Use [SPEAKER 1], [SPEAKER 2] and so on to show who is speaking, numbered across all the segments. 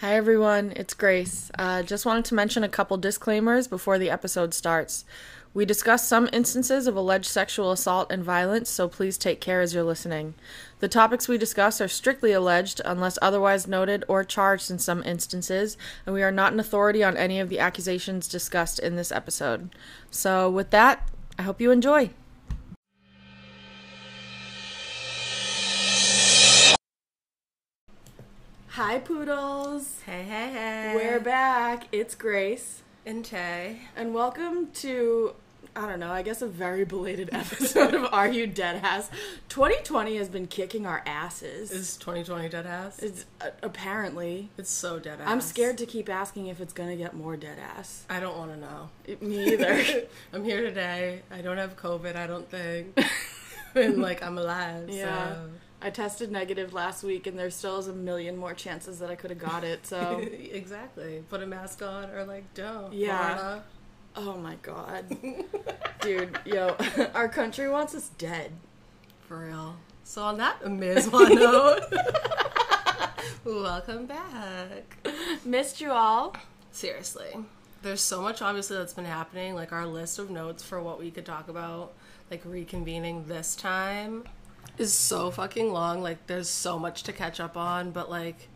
[SPEAKER 1] Hi, everyone. It's Grace. Uh, just wanted to mention a couple disclaimers before the episode starts. We discuss some instances of alleged sexual assault and violence, so please take care as you're listening. The topics we discuss are strictly alleged unless otherwise noted or charged in some instances, and we are not an authority on any of the accusations discussed in this episode. So, with that, I hope you enjoy. Hi, Poodles.
[SPEAKER 2] Hey, hey, hey.
[SPEAKER 1] We're back. It's Grace.
[SPEAKER 2] And Tay.
[SPEAKER 1] And welcome to, I don't know, I guess a very belated episode of Are You Dead Ass? 2020 has been kicking our asses.
[SPEAKER 2] Is 2020 dead ass?
[SPEAKER 1] It's, uh, apparently.
[SPEAKER 2] It's so dead ass.
[SPEAKER 1] I'm scared to keep asking if it's gonna get more dead ass.
[SPEAKER 2] I don't want to know.
[SPEAKER 1] It- Me either.
[SPEAKER 2] I'm here today. I don't have COVID, I don't think. and, like, I'm alive.
[SPEAKER 1] yeah.
[SPEAKER 2] So.
[SPEAKER 1] I tested negative last week and there still is a million more chances that I could have got it, so.
[SPEAKER 2] exactly. Put a mask on or, like, don't.
[SPEAKER 1] Yeah.
[SPEAKER 2] Florida.
[SPEAKER 1] oh my god. Dude, yo, our country wants us dead.
[SPEAKER 2] For real. So, on that miserable note, welcome back.
[SPEAKER 1] Missed you
[SPEAKER 2] Oh,
[SPEAKER 1] all.
[SPEAKER 2] Seriously. There's so much obviously that's been happening. Like our list of notes for what we could talk about, like reconvening this time, is so fucking long. Like there's so much to catch up on, but like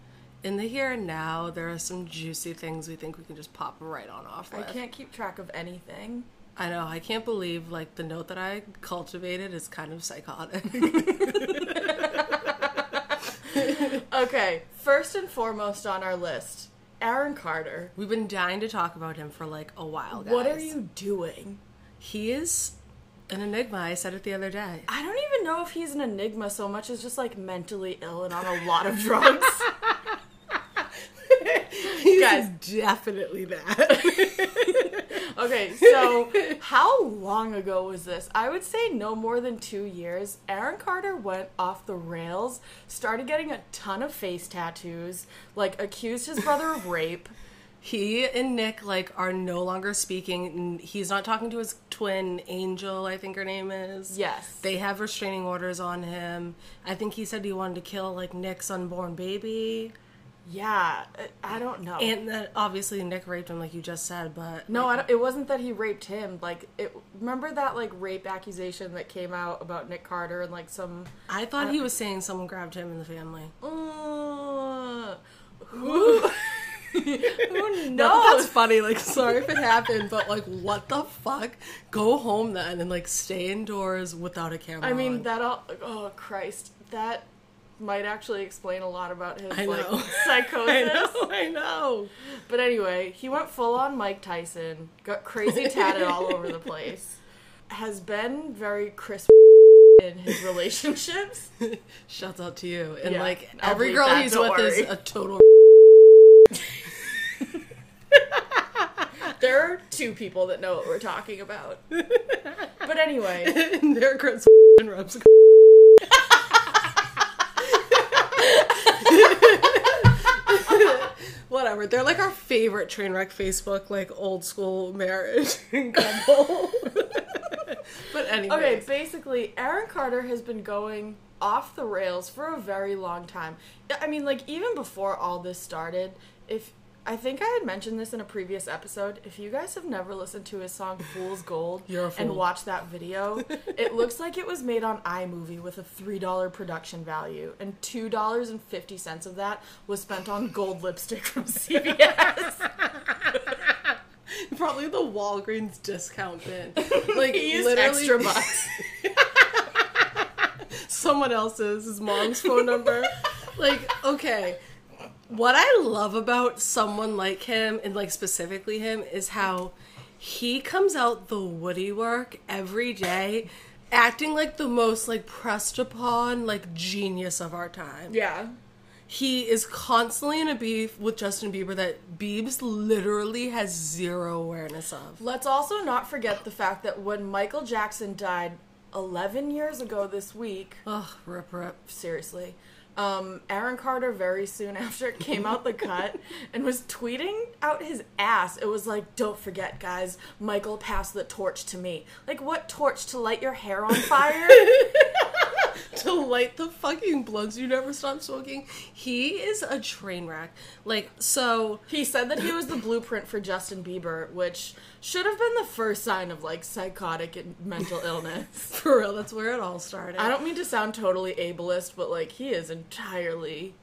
[SPEAKER 2] in the here and now, there are some juicy things we think we can just pop right on off.
[SPEAKER 1] I
[SPEAKER 2] With.
[SPEAKER 1] can't keep track of anything.
[SPEAKER 2] I know. I can't believe like the note that I cultivated is kind of psychotic.
[SPEAKER 1] Okay, first and foremost on our list, Aaron Carter.
[SPEAKER 2] We've been dying to talk about him for like a while. Guys.
[SPEAKER 1] What are you doing?
[SPEAKER 2] He is an enigma. I said it the other day.
[SPEAKER 1] I don't even know if he's an enigma so much as just like mentally ill and on a lot of drugs.
[SPEAKER 2] He's
[SPEAKER 1] Guys.
[SPEAKER 2] definitely that.
[SPEAKER 1] okay, so how long ago was this? I would say no more than two years. Aaron Carter went off the rails, started getting a ton of face tattoos, like accused his brother of rape.
[SPEAKER 2] He and Nick like are no longer speaking. and He's not talking to his twin Angel, I think her name is.
[SPEAKER 1] Yes.
[SPEAKER 2] They have restraining orders on him. I think he said he wanted to kill like Nick's unborn baby.
[SPEAKER 1] Yeah, I- I don't know.
[SPEAKER 2] And that obviously Nick raped him like you just said, but
[SPEAKER 1] No, I don't, it wasn't that he raped him. Like, it, remember that like rape accusation that came out about Nick Carter and like some.
[SPEAKER 2] I thought he was saying someone grabbed him in the family.
[SPEAKER 1] Uh, who? who
[SPEAKER 2] Not that
[SPEAKER 1] knows?
[SPEAKER 2] that's funny. Like, sorry if it happened, but like, what the fuck? Go home then and like stay indoors without a camera.
[SPEAKER 1] I mean,
[SPEAKER 2] on.
[SPEAKER 1] that all. Oh Christ, that might actually explain a lot about his
[SPEAKER 2] I
[SPEAKER 1] like
[SPEAKER 2] know. I
[SPEAKER 1] psychosis.
[SPEAKER 2] know. I know.
[SPEAKER 1] But anyway, he went full on Mike Tyson, got crazy tatted all over the place. Has been very crisp in his relationships.
[SPEAKER 2] Shouts out to you. And
[SPEAKER 1] Yeah,
[SPEAKER 2] like
[SPEAKER 1] I'll
[SPEAKER 2] every
[SPEAKER 1] bleep
[SPEAKER 2] girl
[SPEAKER 1] that,
[SPEAKER 2] he's
[SPEAKER 1] don't
[SPEAKER 2] with is
[SPEAKER 1] worry.
[SPEAKER 2] a total.
[SPEAKER 1] There are two people that know what we're talking about. but anyway,
[SPEAKER 2] and there Chris and Rob's. Whatever. They're like our favorite train wreck Facebook, like old school marriage couple. but anyway,
[SPEAKER 1] okay, basically, Aaron Carter has been going off the rails for a very long time. I mean, like even before all this started, if I think I had mentioned this in a previous episode, if you guys have never listened to his song "Fool's Gold"
[SPEAKER 2] You're a
[SPEAKER 1] and
[SPEAKER 2] fool.
[SPEAKER 1] watched that video, it looks like it was made on iMovie with a three dollar production value, and two dollars and fifty cents of that was spent on gold lipstick from CVS.
[SPEAKER 2] probably the Walgreens discount bin. Like
[SPEAKER 1] He used
[SPEAKER 2] literally
[SPEAKER 1] extra bucks.
[SPEAKER 2] someone else's, his mom's phone number. like, okay. What I love about someone like him, and like specifically him, is how he comes out the woody work every day, acting like the most like pressed upon like genius of our time.
[SPEAKER 1] yeah.
[SPEAKER 2] He is constantly in a beef with Justin Bieber that Biebs literally has zero awareness of.
[SPEAKER 1] Let's also not forget the fact that when Michael Jackson died 11 years ago this week,
[SPEAKER 2] Ugh, rip rip.
[SPEAKER 1] seriously, um, Aaron Carter very soon after came out the cut and was tweeting out his ass. It was like, don't forget, guys, Michael passed the torch to me. Like, what torch to light your hair on fire?
[SPEAKER 2] to light the fucking blunts. You never stop smoking. He is a train wreck. Like, so.
[SPEAKER 1] He said that he was the blueprint for Justin Bieber, which should have been the first sign of like psychotic and mental illness.
[SPEAKER 2] For real, that's where it all started.
[SPEAKER 1] I don't mean to sound totally ableist, but like he is entirely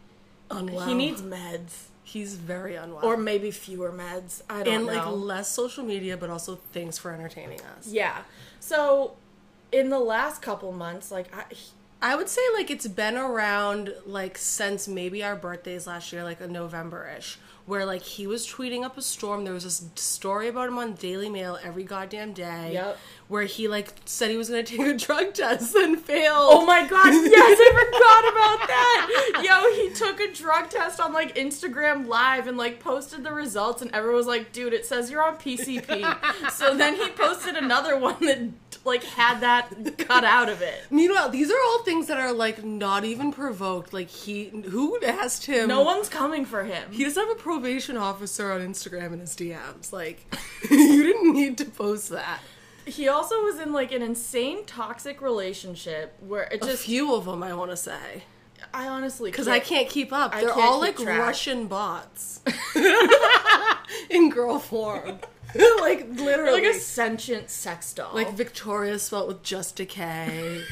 [SPEAKER 2] Unwell.
[SPEAKER 1] he needs meds
[SPEAKER 2] He's very unwell.
[SPEAKER 1] or maybe fewer meds. I don't
[SPEAKER 2] and
[SPEAKER 1] know.
[SPEAKER 2] like less social media, but also things for entertaining us.
[SPEAKER 1] yeah. So in the last couple months, like I he-
[SPEAKER 2] I would say like it's been around like since maybe our birthdays last year, like a November ish, where like he was tweeting up a storm. There was this story about him on Daily Mail every goddamn day.
[SPEAKER 1] Yep.
[SPEAKER 2] Where he like said he was gonna take a drug test and failed.
[SPEAKER 1] Oh my gosh, yes, I forgot about that. Yo, he took a drug test on like Instagram Live and like posted the results, and everyone was like, dude, it says you're on PCP. so then he posted another one that like had that cut out of it.
[SPEAKER 2] Meanwhile, these are all things that are like not even provoked. Like he who asked him
[SPEAKER 1] No one's coming for him.
[SPEAKER 2] He doesn't have a probation officer on Instagram in his DMs. Like, you didn't need to post that.
[SPEAKER 1] He also was in like an insane toxic relationship where it
[SPEAKER 2] A
[SPEAKER 1] just,
[SPEAKER 2] few of them, I want to say.
[SPEAKER 1] I honestly,
[SPEAKER 2] Because I can't keep up.
[SPEAKER 1] I
[SPEAKER 2] They're
[SPEAKER 1] can't
[SPEAKER 2] all like
[SPEAKER 1] keep track.
[SPEAKER 2] Russian bots in girl form. like, literally.
[SPEAKER 1] Like a sentient sex doll.
[SPEAKER 2] Like Victoria spelled with just a K.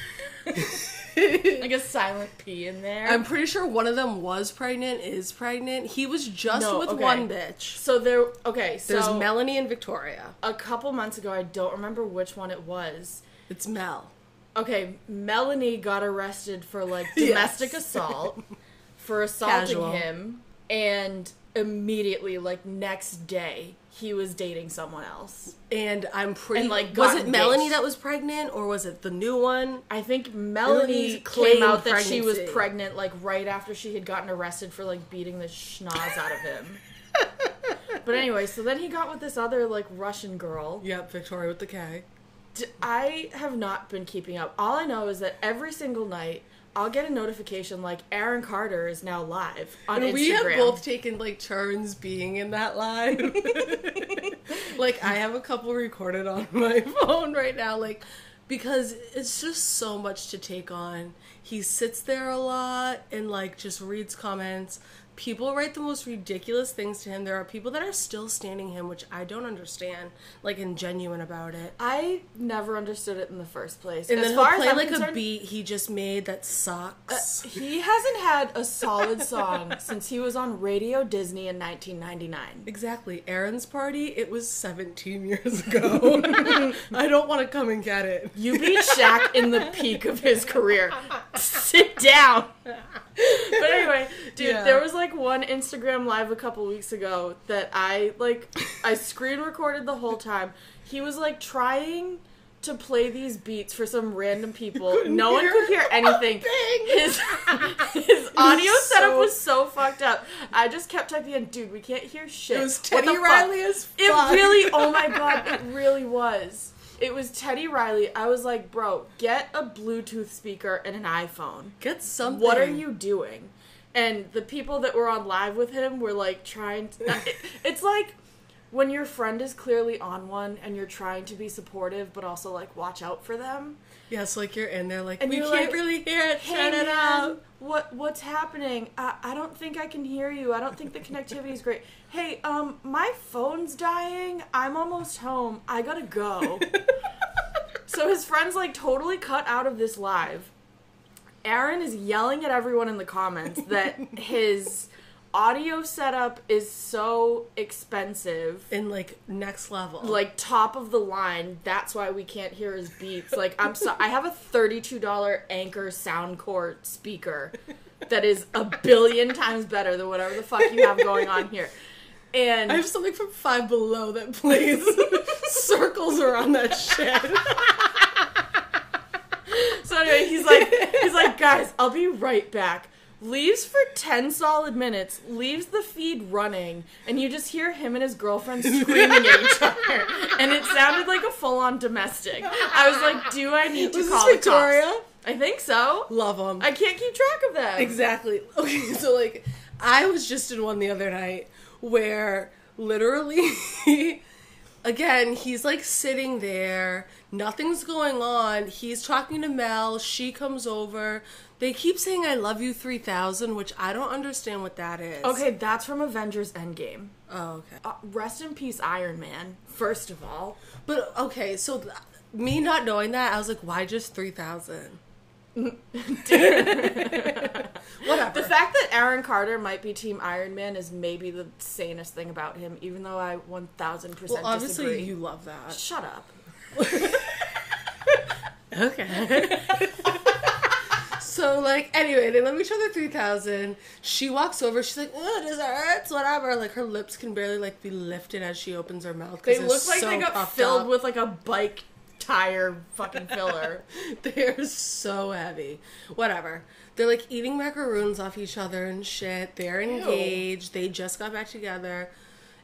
[SPEAKER 1] like a silent P in there.
[SPEAKER 2] I'm pretty sure one of them was pregnant, is pregnant. He was just
[SPEAKER 1] No,
[SPEAKER 2] with
[SPEAKER 1] okay.
[SPEAKER 2] one bitch.
[SPEAKER 1] so there, okay, so.
[SPEAKER 2] There's Melanie and Victoria.
[SPEAKER 1] a couple months ago, I don't remember which one it was.
[SPEAKER 2] It's Mel.
[SPEAKER 1] Okay, Melanie got arrested for like
[SPEAKER 2] Yes.
[SPEAKER 1] domestic assault for assaulting
[SPEAKER 2] Casual.
[SPEAKER 1] him and immediately like next day he was dating someone else.
[SPEAKER 2] And I'm pretty.
[SPEAKER 1] And, like,
[SPEAKER 2] was
[SPEAKER 1] got
[SPEAKER 2] it Melanie
[SPEAKER 1] engaged.
[SPEAKER 2] that was pregnant, or was it the new one?
[SPEAKER 1] I think Melanie
[SPEAKER 2] Melanie's
[SPEAKER 1] came
[SPEAKER 2] claimed
[SPEAKER 1] out that she was
[SPEAKER 2] pregnancy.
[SPEAKER 1] pregnant like right after she had gotten arrested for like beating the schnoz out of him. but anyway, so then he got with this other like Russian girl.
[SPEAKER 2] Yep, Victoria with the K.
[SPEAKER 1] D- I have not been keeping up. All I know is that every single night I'll get a notification like Aaron Carter is now live on
[SPEAKER 2] And
[SPEAKER 1] Instagram.
[SPEAKER 2] we have both taken like turns being in that live. like I have a couple recorded on my phone right now, like because it's just so much to take on. He sits there a lot and like just reads comments. People write the most ridiculous things to him. There are people that are still standing him, which I don't understand, like and genuine about it.
[SPEAKER 1] I never understood it in the first place.
[SPEAKER 2] And
[SPEAKER 1] as
[SPEAKER 2] then he'll
[SPEAKER 1] far
[SPEAKER 2] play
[SPEAKER 1] as I'm
[SPEAKER 2] like a
[SPEAKER 1] concerned, Uh,
[SPEAKER 2] beat he just made that sucks.
[SPEAKER 1] he hasn't had a solid song since he was on Radio Disney in 1999.
[SPEAKER 2] Exactly. Aaron's party, it was 17 years ago. I don't want to come and get it.
[SPEAKER 1] You beat Shaq in the peak of his career. Sit down. But anyway, dude,
[SPEAKER 2] Yeah.
[SPEAKER 1] there was like one Instagram live a couple weeks ago that I like I screen recorded the whole time. He was like trying to play these beats for some random people. No one
[SPEAKER 2] hear
[SPEAKER 1] could hear anything.
[SPEAKER 2] thing.
[SPEAKER 1] His his audio
[SPEAKER 2] was
[SPEAKER 1] setup
[SPEAKER 2] so-
[SPEAKER 1] was so fucked up. I just kept typing in, dude, we can't hear shit.
[SPEAKER 2] It was
[SPEAKER 1] What the
[SPEAKER 2] Teddy
[SPEAKER 1] fuck?"
[SPEAKER 2] Riley as
[SPEAKER 1] It
[SPEAKER 2] fuck.
[SPEAKER 1] really, oh my god, it really was. It was Teddy Riley. I was like, bro, get a Bluetooth speaker and an iPhone.
[SPEAKER 2] Get something.
[SPEAKER 1] What are you doing? And the people that were on live with him were like trying to. it- it's like when your friend is clearly on one and you're trying to be supportive, but also like watch out for them.
[SPEAKER 2] Yes, like you're in there, like,
[SPEAKER 1] And
[SPEAKER 2] we
[SPEAKER 1] you're
[SPEAKER 2] can't
[SPEAKER 1] like,
[SPEAKER 2] really hear it.
[SPEAKER 1] Hey,
[SPEAKER 2] Shut it
[SPEAKER 1] man,
[SPEAKER 2] out.
[SPEAKER 1] What what's happening? I, I don't think I can hear you. I don't think the connectivity is great. Hey, um, my phone's dying. I'm almost home. I gotta go. so his friends like totally cut out of this live. Aaron is yelling at everyone in the comments that his audio setup is so expensive
[SPEAKER 2] In like next level.
[SPEAKER 1] like top of the line. That's why we can't hear his beats. Like I'm so I have a thirty-two dollar Anchor Soundcore speaker that is a billion times better than whatever the fuck you have going on here. And
[SPEAKER 2] I have something from Five Below that plays circles around that shit.
[SPEAKER 1] so anyway, he's like, he's like, guys, I'll be right back. Leaves for ten solid minutes. Leaves the feed running, and you just hear him and his girlfriend screaming at each other, and it sounded like a full-on domestic. I was like, do I need to
[SPEAKER 2] Was this
[SPEAKER 1] call the cops?
[SPEAKER 2] Victoria?
[SPEAKER 1] I think so.
[SPEAKER 2] Love them.
[SPEAKER 1] I can't keep track of them.
[SPEAKER 2] Exactly. Okay, so like I was just in one the other night where literally again, he's like sitting there, nothing's going on. He's talking to Mel, she comes over. They keep saying I love you 3000, which I don't understand what that is.
[SPEAKER 1] Okay, that's from Avengers Endgame.
[SPEAKER 2] Oh, okay.
[SPEAKER 1] Uh, rest in peace, Iron Man, first of all.
[SPEAKER 2] But okay, so th- me not knowing that, I was like, why just 3000? Whatever.
[SPEAKER 1] The fact that Aaron Carter might be Team Iron Man is maybe the sanest thing about him, even though I 1000%
[SPEAKER 2] well, obviously
[SPEAKER 1] disagree.
[SPEAKER 2] you love that.
[SPEAKER 1] Shut up.
[SPEAKER 2] Okay. so like anyway, they let me show the 3000. She walks over, she's like, "Ugh, this hurts, whatever." Like her lips can barely like be lifted as she opens her mouth. 'cause
[SPEAKER 1] They
[SPEAKER 2] they're
[SPEAKER 1] look like
[SPEAKER 2] so
[SPEAKER 1] they got
[SPEAKER 2] puffed
[SPEAKER 1] filled
[SPEAKER 2] up.
[SPEAKER 1] with like a bike tire fucking filler.
[SPEAKER 2] They're so heavy. Whatever. They're like eating macaroons off each other and shit. They're engaged. They just got back together.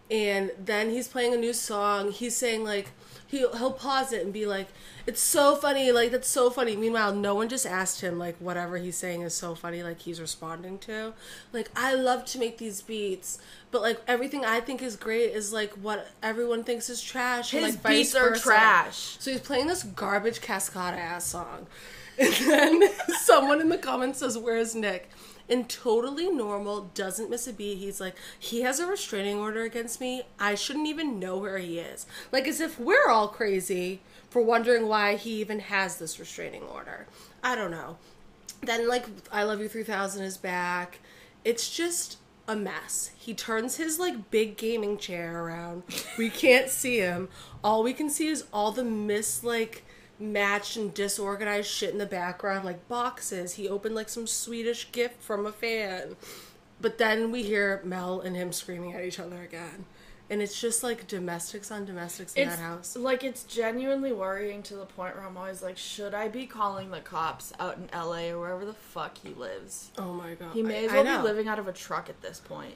[SPEAKER 2] And then he's playing a new song. He's saying like he'll he'll pause it and be like, It's so funny, like that's so funny. Meanwhile, no one just asked him like whatever he's saying is so funny, like he's responding to. Like, I love to make these beats, but like everything I think is great is like what everyone thinks is trash. and,
[SPEAKER 1] His
[SPEAKER 2] like, vice
[SPEAKER 1] beats are
[SPEAKER 2] versa."
[SPEAKER 1] trash.
[SPEAKER 2] So he's playing this garbage cascada ass song. And then someone in the comments says, Where's Nick? And totally normal, doesn't miss a beat. He's like, He has a restraining order against me. I shouldn't even know where he is. Like, as if we're all crazy for wondering why he even has this restraining order. I don't know. Then, like, I Love You 3000 is back. It's just a mess. He turns his like big gaming chair around. We can't see him. All we can see is all the mis like matched and disorganized shit in the background, like boxes. He opened like some Swedish gift from a fan. But then we hear Mel and him screaming at each other again. And it's just like domestics on domestics in
[SPEAKER 1] It's
[SPEAKER 2] that house.
[SPEAKER 1] like it's genuinely worrying to the point where I'm always like, should I be calling the cops out in LA or wherever the fuck he lives?
[SPEAKER 2] Oh my god.
[SPEAKER 1] He may as
[SPEAKER 2] I- I
[SPEAKER 1] well
[SPEAKER 2] know.
[SPEAKER 1] be living out of a truck at this point.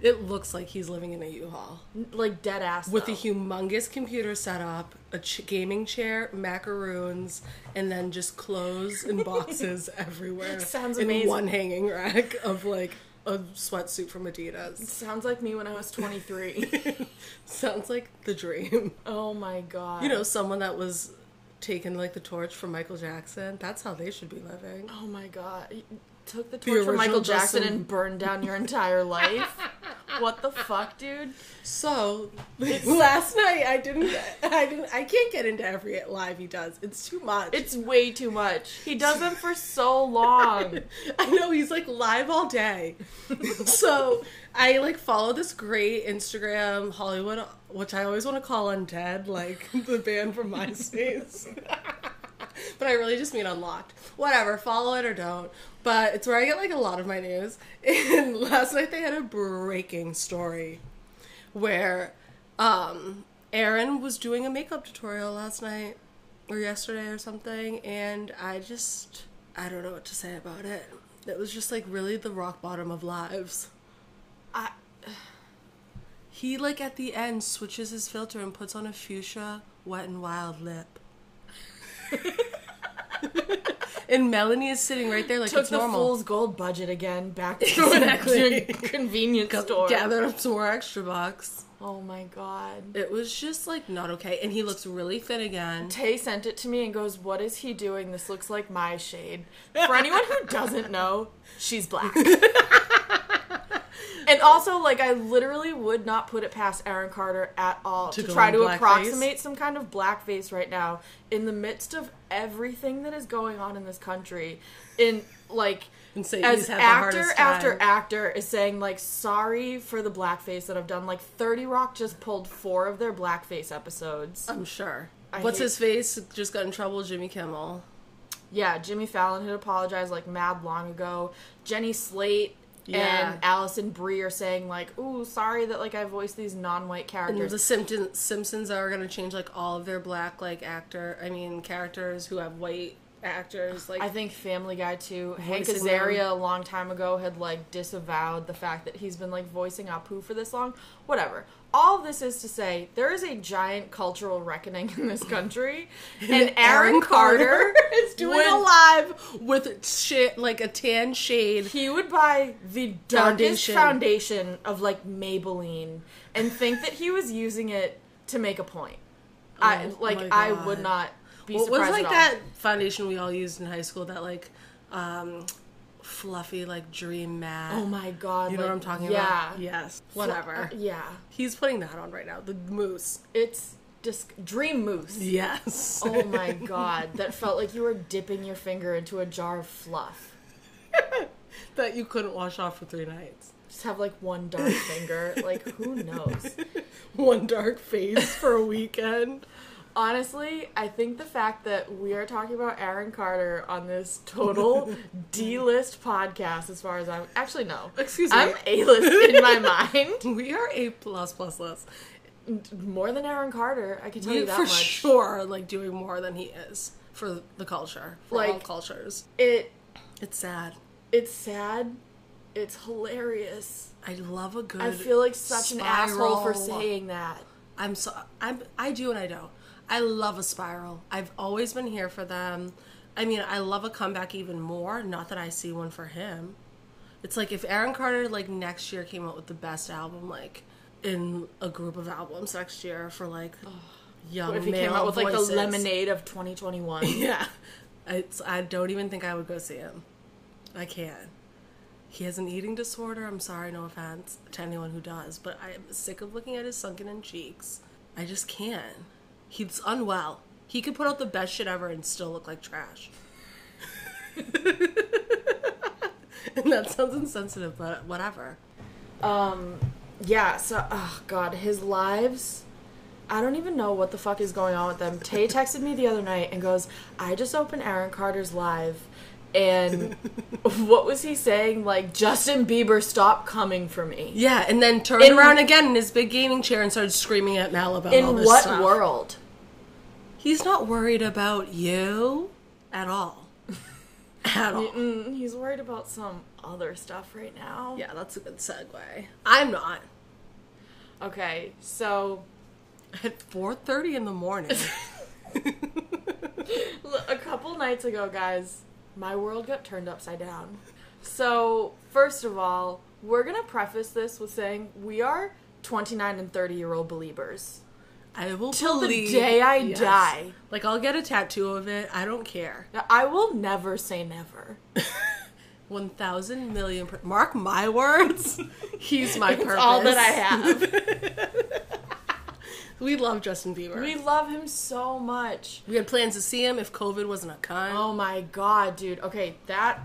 [SPEAKER 2] It looks like he's living in a U-Haul.
[SPEAKER 1] N- Like dead ass
[SPEAKER 2] with
[SPEAKER 1] though.
[SPEAKER 2] a humongous computer setup, a ch- gaming chair, macaroons, and then just clothes and boxes everywhere.
[SPEAKER 1] Sounds
[SPEAKER 2] in
[SPEAKER 1] amazing.
[SPEAKER 2] one hanging rack of like a sweatsuit from Adidas.
[SPEAKER 1] Sounds like me when I was 23.
[SPEAKER 2] Sounds like the dream.
[SPEAKER 1] oh my god.
[SPEAKER 2] You know, someone that was taking like the torch from Michael Jackson. That's how they should be living.
[SPEAKER 1] Oh my god. You took the torch from
[SPEAKER 2] original
[SPEAKER 1] Michael Jackson
[SPEAKER 2] Justin-
[SPEAKER 1] and burned down your entire life? what the fuck, dude?
[SPEAKER 2] So last night I didn't I didn't I can't get into every live he does. It's too much.
[SPEAKER 1] It's way too much. He does them for so long.
[SPEAKER 2] I know he's like live all day. so I like follow this great Instagram Hollywood, which I always want to call Undead, like the band from MySpace. but I really just mean Unlocked. Whatever, follow it or don't. But it's where I get like a lot of my news. And last night they had a breaking story where um Aaron was doing a makeup tutorial last night or yesterday or something and I just I don't know what to say about it. It was just like really the rock bottom of lives.
[SPEAKER 1] I,
[SPEAKER 2] He like at the end switches his filter and puts on a fuchsia wet and wild lip. and Melanie is sitting right there like
[SPEAKER 1] took
[SPEAKER 2] it's
[SPEAKER 1] the
[SPEAKER 2] normal.
[SPEAKER 1] fool's gold budget again back to the convenience store.
[SPEAKER 2] Gathered up some more extra bucks.
[SPEAKER 1] Oh my god.
[SPEAKER 2] It was just like not okay. And he looks really thin again.
[SPEAKER 1] Tay sent it to me and goes, What is he doing? This looks like my shade. For anyone who doesn't know, she's black. and also, like, I literally would not put it past Aaron Carter at all to,
[SPEAKER 2] go
[SPEAKER 1] try
[SPEAKER 2] in
[SPEAKER 1] to
[SPEAKER 2] blackface?
[SPEAKER 1] approximate some kind of blackface right now in the midst of everything that is going on in this country. In, like,
[SPEAKER 2] And say he's
[SPEAKER 1] as
[SPEAKER 2] had the
[SPEAKER 1] actor
[SPEAKER 2] hardest
[SPEAKER 1] after
[SPEAKER 2] time.
[SPEAKER 1] actor is saying like sorry for the blackface that I've done like 30 Rock just pulled 4 of their blackface episodes.
[SPEAKER 2] I'm sure.
[SPEAKER 1] I
[SPEAKER 2] What's
[SPEAKER 1] hate-
[SPEAKER 2] his face? Just got in trouble, Jimmy Kimmel.
[SPEAKER 1] Yeah, Jimmy Fallon had apologized like mad long ago. Jenny Slate
[SPEAKER 2] Yeah.
[SPEAKER 1] and Allison Brie are saying like, "Ooh, sorry that like I voiced these non-white
[SPEAKER 2] And
[SPEAKER 1] characters."
[SPEAKER 2] the Simpsons, Simpsons are going to change like all of their black like actor, I mean characters who have white actors. Like
[SPEAKER 1] I think Family Guy too. Hank
[SPEAKER 2] Voicing them.
[SPEAKER 1] Azaria a long time ago had like disavowed the fact that he's been like voicing Apu for this long. Whatever. All this is to say, there is a giant cultural reckoning in this country, and Aaron Carter
[SPEAKER 2] is doing
[SPEAKER 1] would-
[SPEAKER 2] a live with shit like a tan shade.
[SPEAKER 1] He would buy the darkest
[SPEAKER 2] Foundation.
[SPEAKER 1] foundation of like Maybelline and think that he was using it to make a point. I
[SPEAKER 2] Oh
[SPEAKER 1] like
[SPEAKER 2] my
[SPEAKER 1] I
[SPEAKER 2] God.
[SPEAKER 1] would not be
[SPEAKER 2] What was
[SPEAKER 1] surprised
[SPEAKER 2] like
[SPEAKER 1] at all.
[SPEAKER 2] that foundation we all used in high school? That like um, fluffy like dream mat.
[SPEAKER 1] Oh my god!
[SPEAKER 2] you know
[SPEAKER 1] like,
[SPEAKER 2] what I'm talking
[SPEAKER 1] yeah.
[SPEAKER 2] about? Yes.
[SPEAKER 1] Fla-
[SPEAKER 2] Whatever.
[SPEAKER 1] uh, yeah.
[SPEAKER 2] He's putting that on right now. The moose.
[SPEAKER 1] It's disc- dream moose.
[SPEAKER 2] Yes.
[SPEAKER 1] Oh my god, that felt like you were dipping your finger into a jar of fluff.
[SPEAKER 2] that you couldn't wash off for three nights.
[SPEAKER 1] Just have like one dark finger. Like, who knows?
[SPEAKER 2] One dark face for a weekend.
[SPEAKER 1] Honestly, I think the fact that we are talking about Aaron Carter on this total D list podcast, as far as I'm actually, no.
[SPEAKER 2] Excuse me.
[SPEAKER 1] I'm A list in my mind.
[SPEAKER 2] we are a plus plus plus.
[SPEAKER 1] More than Aaron Carter, I can tell
[SPEAKER 2] We
[SPEAKER 1] you that
[SPEAKER 2] for
[SPEAKER 1] much.
[SPEAKER 2] sure like doing more than he is for the culture, for all
[SPEAKER 1] Like-
[SPEAKER 2] cultures.
[SPEAKER 1] It,
[SPEAKER 2] It's sad.
[SPEAKER 1] it's sad, it's hilarious.
[SPEAKER 2] I love a good.
[SPEAKER 1] I feel like such an asshole for
[SPEAKER 2] spiral.
[SPEAKER 1] saying that.
[SPEAKER 2] I'm so I'm I do and I don't. I love a spiral. I've always been here for them. I mean, I love a comeback even more. Not that I see one for him. It's like if Aaron Carter like next year came out with the best album like in a group of albums next year for like young
[SPEAKER 1] What if he
[SPEAKER 2] male
[SPEAKER 1] came out with like the
[SPEAKER 2] voices.
[SPEAKER 1] lemonade of 2021?
[SPEAKER 2] Yeah, it's I don't even think I would go see him. I can't. He has an eating disorder. I'm sorry, no offense to anyone who does, but I'm sick of looking at his sunken in cheeks. I just can't. He's unwell. He could put out the best shit ever and still look like trash. and that sounds insensitive, but whatever.
[SPEAKER 1] Um, yeah, so, oh god, his lives. I don't even know what the fuck is going on with them. Tay texted me the other night and goes, I just opened Aaron Carter's live. And what was he saying? Like, Justin Bieber, stop coming for me.
[SPEAKER 2] Yeah, and then turned
[SPEAKER 1] In-
[SPEAKER 2] around again in his big gaming chair and started screaming at Mal about all
[SPEAKER 1] In
[SPEAKER 2] this
[SPEAKER 1] what
[SPEAKER 2] stuff.
[SPEAKER 1] world?
[SPEAKER 2] He's not worried about you at all. at all.
[SPEAKER 1] Mm, he's worried about some other stuff right now.
[SPEAKER 2] Yeah, that's a good segue. I'm not.
[SPEAKER 1] Okay, so
[SPEAKER 2] At 4:30 in the morning.
[SPEAKER 1] L- A couple nights ago, guys, my world got turned upside down. So, first of all, we're going to preface this with saying we are 29 and 30 year old believers.
[SPEAKER 2] I will
[SPEAKER 1] Till the
[SPEAKER 2] believe-
[SPEAKER 1] day I die.
[SPEAKER 2] Like I'll get a tattoo of it. I don't care.
[SPEAKER 1] Now, I will never say never.
[SPEAKER 2] 1,000 million per- mark my words. He's my
[SPEAKER 1] It's
[SPEAKER 2] purpose.
[SPEAKER 1] all that I have.
[SPEAKER 2] We love Justin Bieber.
[SPEAKER 1] we
[SPEAKER 2] We,
[SPEAKER 1] love him so much.
[SPEAKER 2] had plans to see him if COVID wasn't a con.
[SPEAKER 1] Oh my god, dude. Okay, that.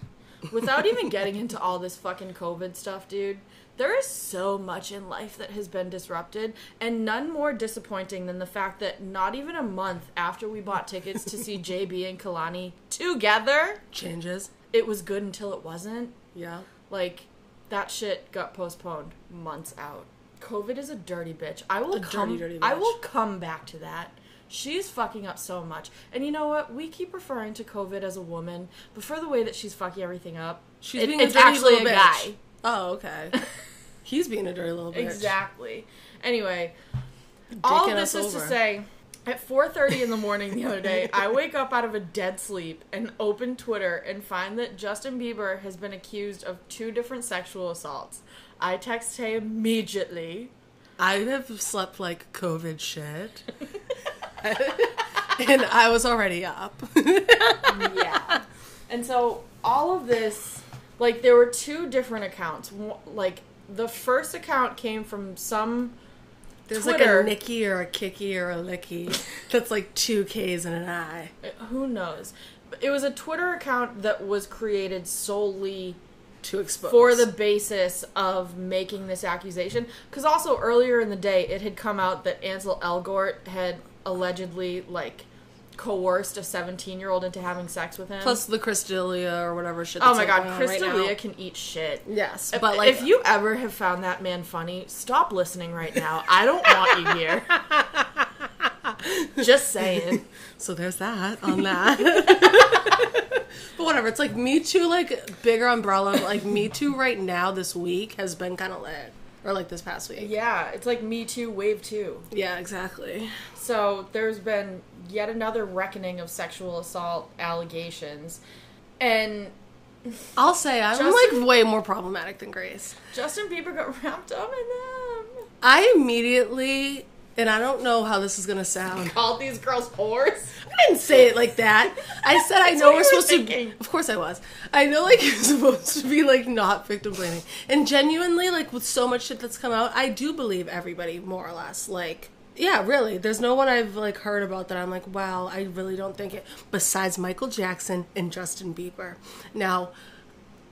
[SPEAKER 1] Without even getting into all this fucking COVID stuff, dude, there is so much in life that has been disrupted, and none more disappointing than the fact that not even a month after we bought tickets to see JB and Kalani together,
[SPEAKER 2] Changes.
[SPEAKER 1] it was good until it wasn't.
[SPEAKER 2] Yeah.
[SPEAKER 1] Like, that shit got postponed months out. COVID is a dirty bitch. I will
[SPEAKER 2] A dirty,
[SPEAKER 1] come.
[SPEAKER 2] dirty
[SPEAKER 1] I
[SPEAKER 2] bitch.
[SPEAKER 1] will come back to that. She's fucking up so much. And you know what? We keep referring to COVID as a woman, but for the way that she's fucking everything up,
[SPEAKER 2] She's
[SPEAKER 1] it-
[SPEAKER 2] being
[SPEAKER 1] it's
[SPEAKER 2] a dirty
[SPEAKER 1] actually
[SPEAKER 2] little
[SPEAKER 1] a
[SPEAKER 2] bitch.
[SPEAKER 1] guy.
[SPEAKER 2] Oh, okay. He's being a dirty little bitch.
[SPEAKER 1] Exactly. Anyway, all
[SPEAKER 2] Dicking
[SPEAKER 1] of this
[SPEAKER 2] us
[SPEAKER 1] is to
[SPEAKER 2] over.
[SPEAKER 1] say, at 4:30 in the morning the other day, I wake up out of a dead sleep and open Twitter and find that Justin Bieber has been accused of two different sexual assaults. I text Tay immediately.
[SPEAKER 2] I have slept like COVID shit. and I was already up.
[SPEAKER 1] yeah. And so all of this, like, there were two different accounts. One- Like, the first account came from some
[SPEAKER 2] There's
[SPEAKER 1] Twitter.
[SPEAKER 2] like a Nicky or a Kiki or a Licky that's like two K's and an I.
[SPEAKER 1] uh, who knows. It was a Twitter account that was created solely
[SPEAKER 2] to expose.
[SPEAKER 1] for the basis of making this accusation. Because also earlier in the day, it had come out that Ansel Elgort had allegedly like coerced a 17 year old into having sex with him.
[SPEAKER 2] plus the Crystalia or whatever shit.
[SPEAKER 1] oh
[SPEAKER 2] that's,
[SPEAKER 1] my
[SPEAKER 2] like,
[SPEAKER 1] god,
[SPEAKER 2] going on right
[SPEAKER 1] Chris
[SPEAKER 2] now.
[SPEAKER 1] D'Elia can eat shit.
[SPEAKER 2] Yes,
[SPEAKER 1] If-
[SPEAKER 2] but like
[SPEAKER 1] if you ever have found that man funny, stop listening right now. I don't want you here. Just saying.
[SPEAKER 2] So there's that on that. but whatever, it's like Me Too, like bigger umbrella, but like Me Too right now this week has been kind of lit. Or like this past week.
[SPEAKER 1] yeah, it's like Me Too Wave 2.
[SPEAKER 2] Yeah, exactly.
[SPEAKER 1] So there's been yet another reckoning of sexual assault allegations. And
[SPEAKER 2] I'll say I'm
[SPEAKER 1] Justin-
[SPEAKER 2] like way more problematic than Grace.
[SPEAKER 1] Justin Bieber got wrapped up in them.
[SPEAKER 2] I immediately, and I don't know how this is gonna sound.
[SPEAKER 1] All these girls whores.
[SPEAKER 2] I didn't say it like that. I said I
[SPEAKER 1] That's
[SPEAKER 2] know
[SPEAKER 1] what you
[SPEAKER 2] we're
[SPEAKER 1] were
[SPEAKER 2] supposed
[SPEAKER 1] thinking.
[SPEAKER 2] to. Of course I was. I know like you're supposed to be like not victim blaming, and genuinely like with so much shit that's come out, I do believe everybody more or less. Like yeah, really. There's no one I've like heard about that I'm like wow. I really don't think it. Besides Michael Jackson and Justin Bieber. Now,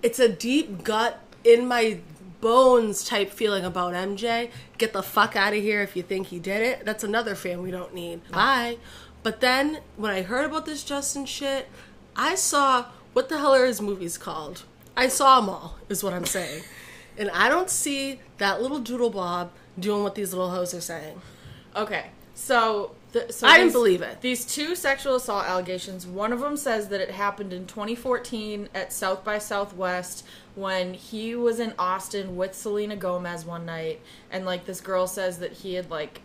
[SPEAKER 2] it's a deep gut in my bones type feeling about MJ. Get the fuck out of here if you think he did it. That's another fan we don't need. Bye. But then when I heard about this Justin shit, I saw what the hell are his movies called? I saw them all, is what I'm saying. and I don't see that little doodle bob doing what these little hoes are saying.
[SPEAKER 1] Okay, so. The, so
[SPEAKER 2] I didn't
[SPEAKER 1] these-
[SPEAKER 2] believe it.
[SPEAKER 1] These two sexual assault allegations, one of them says that it happened in 2014 at South by Southwest when he was in Austin with Selena Gomez one night and like this girl says that he had like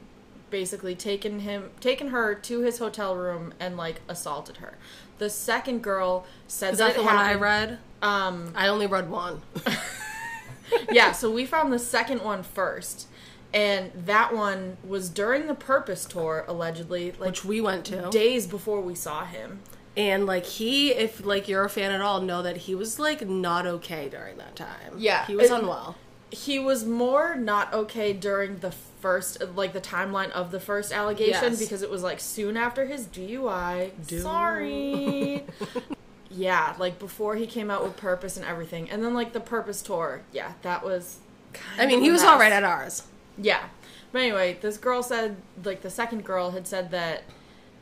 [SPEAKER 1] basically taken him taken her to his hotel room and like assaulted her. The second girl said
[SPEAKER 2] Is that
[SPEAKER 1] it
[SPEAKER 2] the one I
[SPEAKER 1] happened-
[SPEAKER 2] read? Um, I only read one.
[SPEAKER 1] yeah, so we found the second one first. And that one was during the Purpose tour allegedly, like
[SPEAKER 2] Which we went to.
[SPEAKER 1] days before we saw him.
[SPEAKER 2] And like he, if like you're a fan at all, know that he was like not okay during that time.
[SPEAKER 1] Yeah.
[SPEAKER 2] he was
[SPEAKER 1] It-
[SPEAKER 2] unwell.
[SPEAKER 1] he was more not okay during the first like the timeline of the first allegation
[SPEAKER 2] Yes.
[SPEAKER 1] because it was like soon after his DUI. Sorry. yeah, like before he came out with Purpose and everything. And then like the Purpose tour. Yeah, that was kind
[SPEAKER 2] I mean,
[SPEAKER 1] of
[SPEAKER 2] he
[SPEAKER 1] a
[SPEAKER 2] was
[SPEAKER 1] mess.
[SPEAKER 2] all right at ours.
[SPEAKER 1] Yeah. But anyway, this girl said, like, the second girl had said that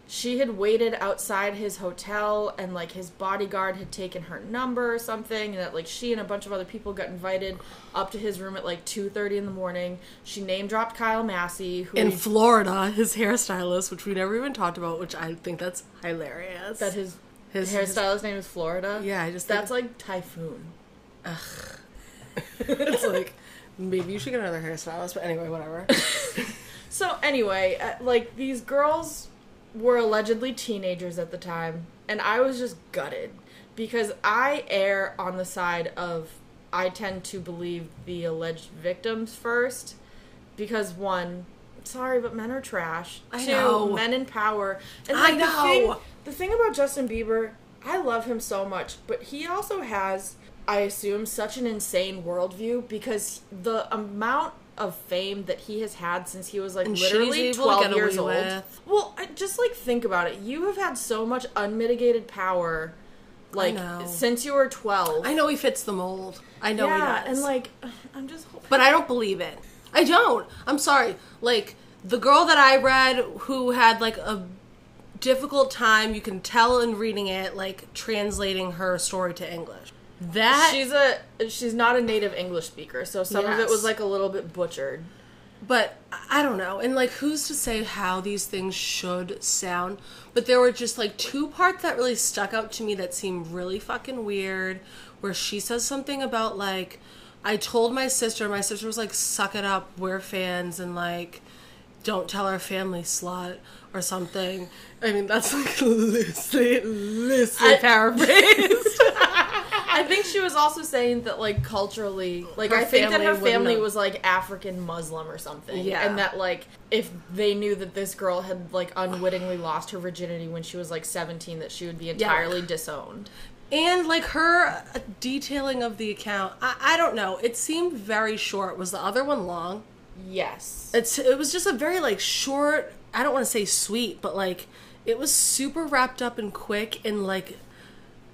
[SPEAKER 1] she had waited outside his hotel and, like, his bodyguard had taken her number or something, and that, like, she and a bunch of other people got invited up to his room at, like, 2.30 in the morning. She name-dropped Kyle Massey, who...
[SPEAKER 2] In Florida, his hairstylist, which we never even talked about, which I think that's hilarious.
[SPEAKER 1] that his,
[SPEAKER 2] His- his-
[SPEAKER 1] hairstylist name is Florida.
[SPEAKER 2] Yeah, I just think-
[SPEAKER 1] That's, like, Typhoon.
[SPEAKER 2] it's like maybe you should get another hairstylist. But anyway, whatever.
[SPEAKER 1] So anyway, uh, like these girls were allegedly teenagers at the time, and I was just gutted because I err on the side of I tend to believe the alleged victims first because one, sorry, but men are trash.
[SPEAKER 2] I
[SPEAKER 1] Two,
[SPEAKER 2] know.
[SPEAKER 1] men in power. And
[SPEAKER 2] I
[SPEAKER 1] like, The
[SPEAKER 2] know.
[SPEAKER 1] thing, the thing about Justin Bieber, I love him so much, but he also has, I assume, such an insane worldview because the amount of fame that he has had since he was like
[SPEAKER 2] And shit
[SPEAKER 1] literally
[SPEAKER 2] he's able to
[SPEAKER 1] 12
[SPEAKER 2] get away
[SPEAKER 1] years old.
[SPEAKER 2] with.
[SPEAKER 1] Well, I, just like think about it. You have had so much unmitigated power like
[SPEAKER 2] know.
[SPEAKER 1] since you were 12.
[SPEAKER 2] I know he fits the mold. I know
[SPEAKER 1] yeah,
[SPEAKER 2] he does.
[SPEAKER 1] and like I'm just hoping
[SPEAKER 2] but I don't believe it. I don't. I'm sorry. Like the girl that I read who had like a difficult time, you can tell in reading it, like translating her story to English. That
[SPEAKER 1] she's a she's not a native English speaker, so some of it
[SPEAKER 2] Yes.
[SPEAKER 1] was like a little bit butchered.
[SPEAKER 2] but I- I don't know. And like, who's to say how these things should sound? But there were just like two parts that really stuck out to me that seemed really fucking weird, where she says something about like, I told my sister, my sister was like, suck it up, we're fans, and like, don't tell our family slut or something. I mean, that's like loosely, loosely
[SPEAKER 1] I-
[SPEAKER 2] paraphrased.
[SPEAKER 1] I think she was also saying that like culturally, like
[SPEAKER 2] Her
[SPEAKER 1] I think that
[SPEAKER 2] family
[SPEAKER 1] her
[SPEAKER 2] wouldn't
[SPEAKER 1] family
[SPEAKER 2] have-
[SPEAKER 1] was like African Muslim or something,
[SPEAKER 2] Yeah.
[SPEAKER 1] and that like if they knew that this girl had like unwittingly lost her virginity when she was like 17, that she would be entirely disowned.
[SPEAKER 2] And like her uh, detailing of the account, I, I don't know. It seemed very short. Was the other one long?
[SPEAKER 1] Yes.
[SPEAKER 2] it's it was just a very like short i don't want to say sweet but like it was super wrapped up and quick and like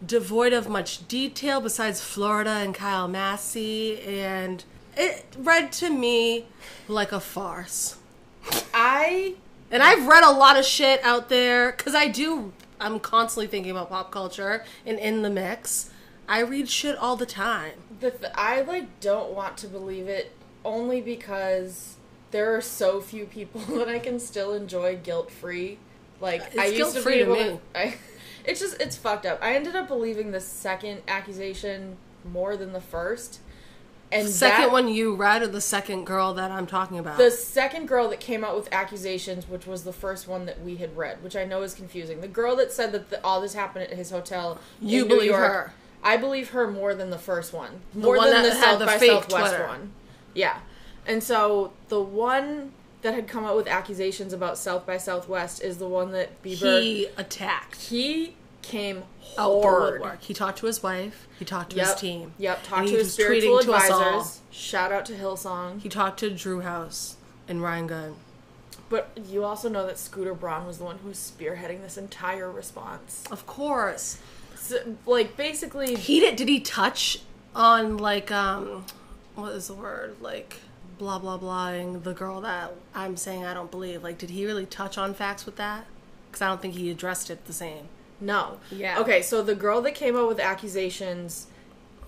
[SPEAKER 2] devoid of much detail besides florida and kyle massey and it read to me like a farce
[SPEAKER 1] I
[SPEAKER 2] and i've read a lot of shit out there because i do i'm constantly thinking about pop culture and in the mix i read shit all the time
[SPEAKER 1] the th- I like don't want to believe it only because there are so few people that I can still enjoy guilt free. Like
[SPEAKER 2] It's
[SPEAKER 1] I used to be
[SPEAKER 2] guilt-free to
[SPEAKER 1] able
[SPEAKER 2] me.
[SPEAKER 1] to. I, it's just it's fucked up. I ended up believing the second accusation more than the first, and
[SPEAKER 2] Second
[SPEAKER 1] that,
[SPEAKER 2] one you read, or the second girl that I'm talking about?
[SPEAKER 1] the second girl that came out with accusations, which was the first one that we had read, which I know is confusing. The girl that said that the, all this happened at his hotel. in
[SPEAKER 2] You
[SPEAKER 1] New
[SPEAKER 2] believe
[SPEAKER 1] York,
[SPEAKER 2] her.
[SPEAKER 1] I believe her more than the first one. More
[SPEAKER 2] one
[SPEAKER 1] than
[SPEAKER 2] that
[SPEAKER 1] the
[SPEAKER 2] had
[SPEAKER 1] South
[SPEAKER 2] the
[SPEAKER 1] by
[SPEAKER 2] fake
[SPEAKER 1] Southwest
[SPEAKER 2] Twitter.
[SPEAKER 1] one. Yeah. And so the one that had come out with accusations about South by Southwest is the one that Bieber
[SPEAKER 2] he attacked.
[SPEAKER 1] he came
[SPEAKER 2] out the
[SPEAKER 1] hard.
[SPEAKER 2] woodwork. He talked to his wife. He talked to
[SPEAKER 1] Yep.
[SPEAKER 2] his team.
[SPEAKER 1] Yep. Talked
[SPEAKER 2] and
[SPEAKER 1] to
[SPEAKER 2] he
[SPEAKER 1] his
[SPEAKER 2] was
[SPEAKER 1] spiritual
[SPEAKER 2] tweeting to us all.
[SPEAKER 1] advisors. Shout out to Hillsong.
[SPEAKER 2] He talked to Drew House and Ryan Gunn.
[SPEAKER 1] But you also know that Scooter Braun was the one who was spearheading this entire response.
[SPEAKER 2] Of course,
[SPEAKER 1] So, like basically,
[SPEAKER 2] he did. Did he touch on like um, what is the word like? Blah blah blahing the girl that I'm saying I don't believe. Like, did he really touch on facts with that? Because I don't think he addressed it the same.
[SPEAKER 1] no.
[SPEAKER 2] Yeah.
[SPEAKER 1] Okay, so the girl that came up with accusations,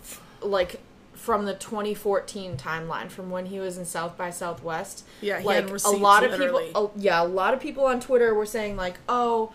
[SPEAKER 1] f- like from the 2014 timeline, from when he was in South by Southwest.
[SPEAKER 2] Yeah, he
[SPEAKER 1] like
[SPEAKER 2] had
[SPEAKER 1] a
[SPEAKER 2] receipts,
[SPEAKER 1] lot of
[SPEAKER 2] literally.
[SPEAKER 1] people. a- yeah, a lot of people on Twitter were saying like, oh.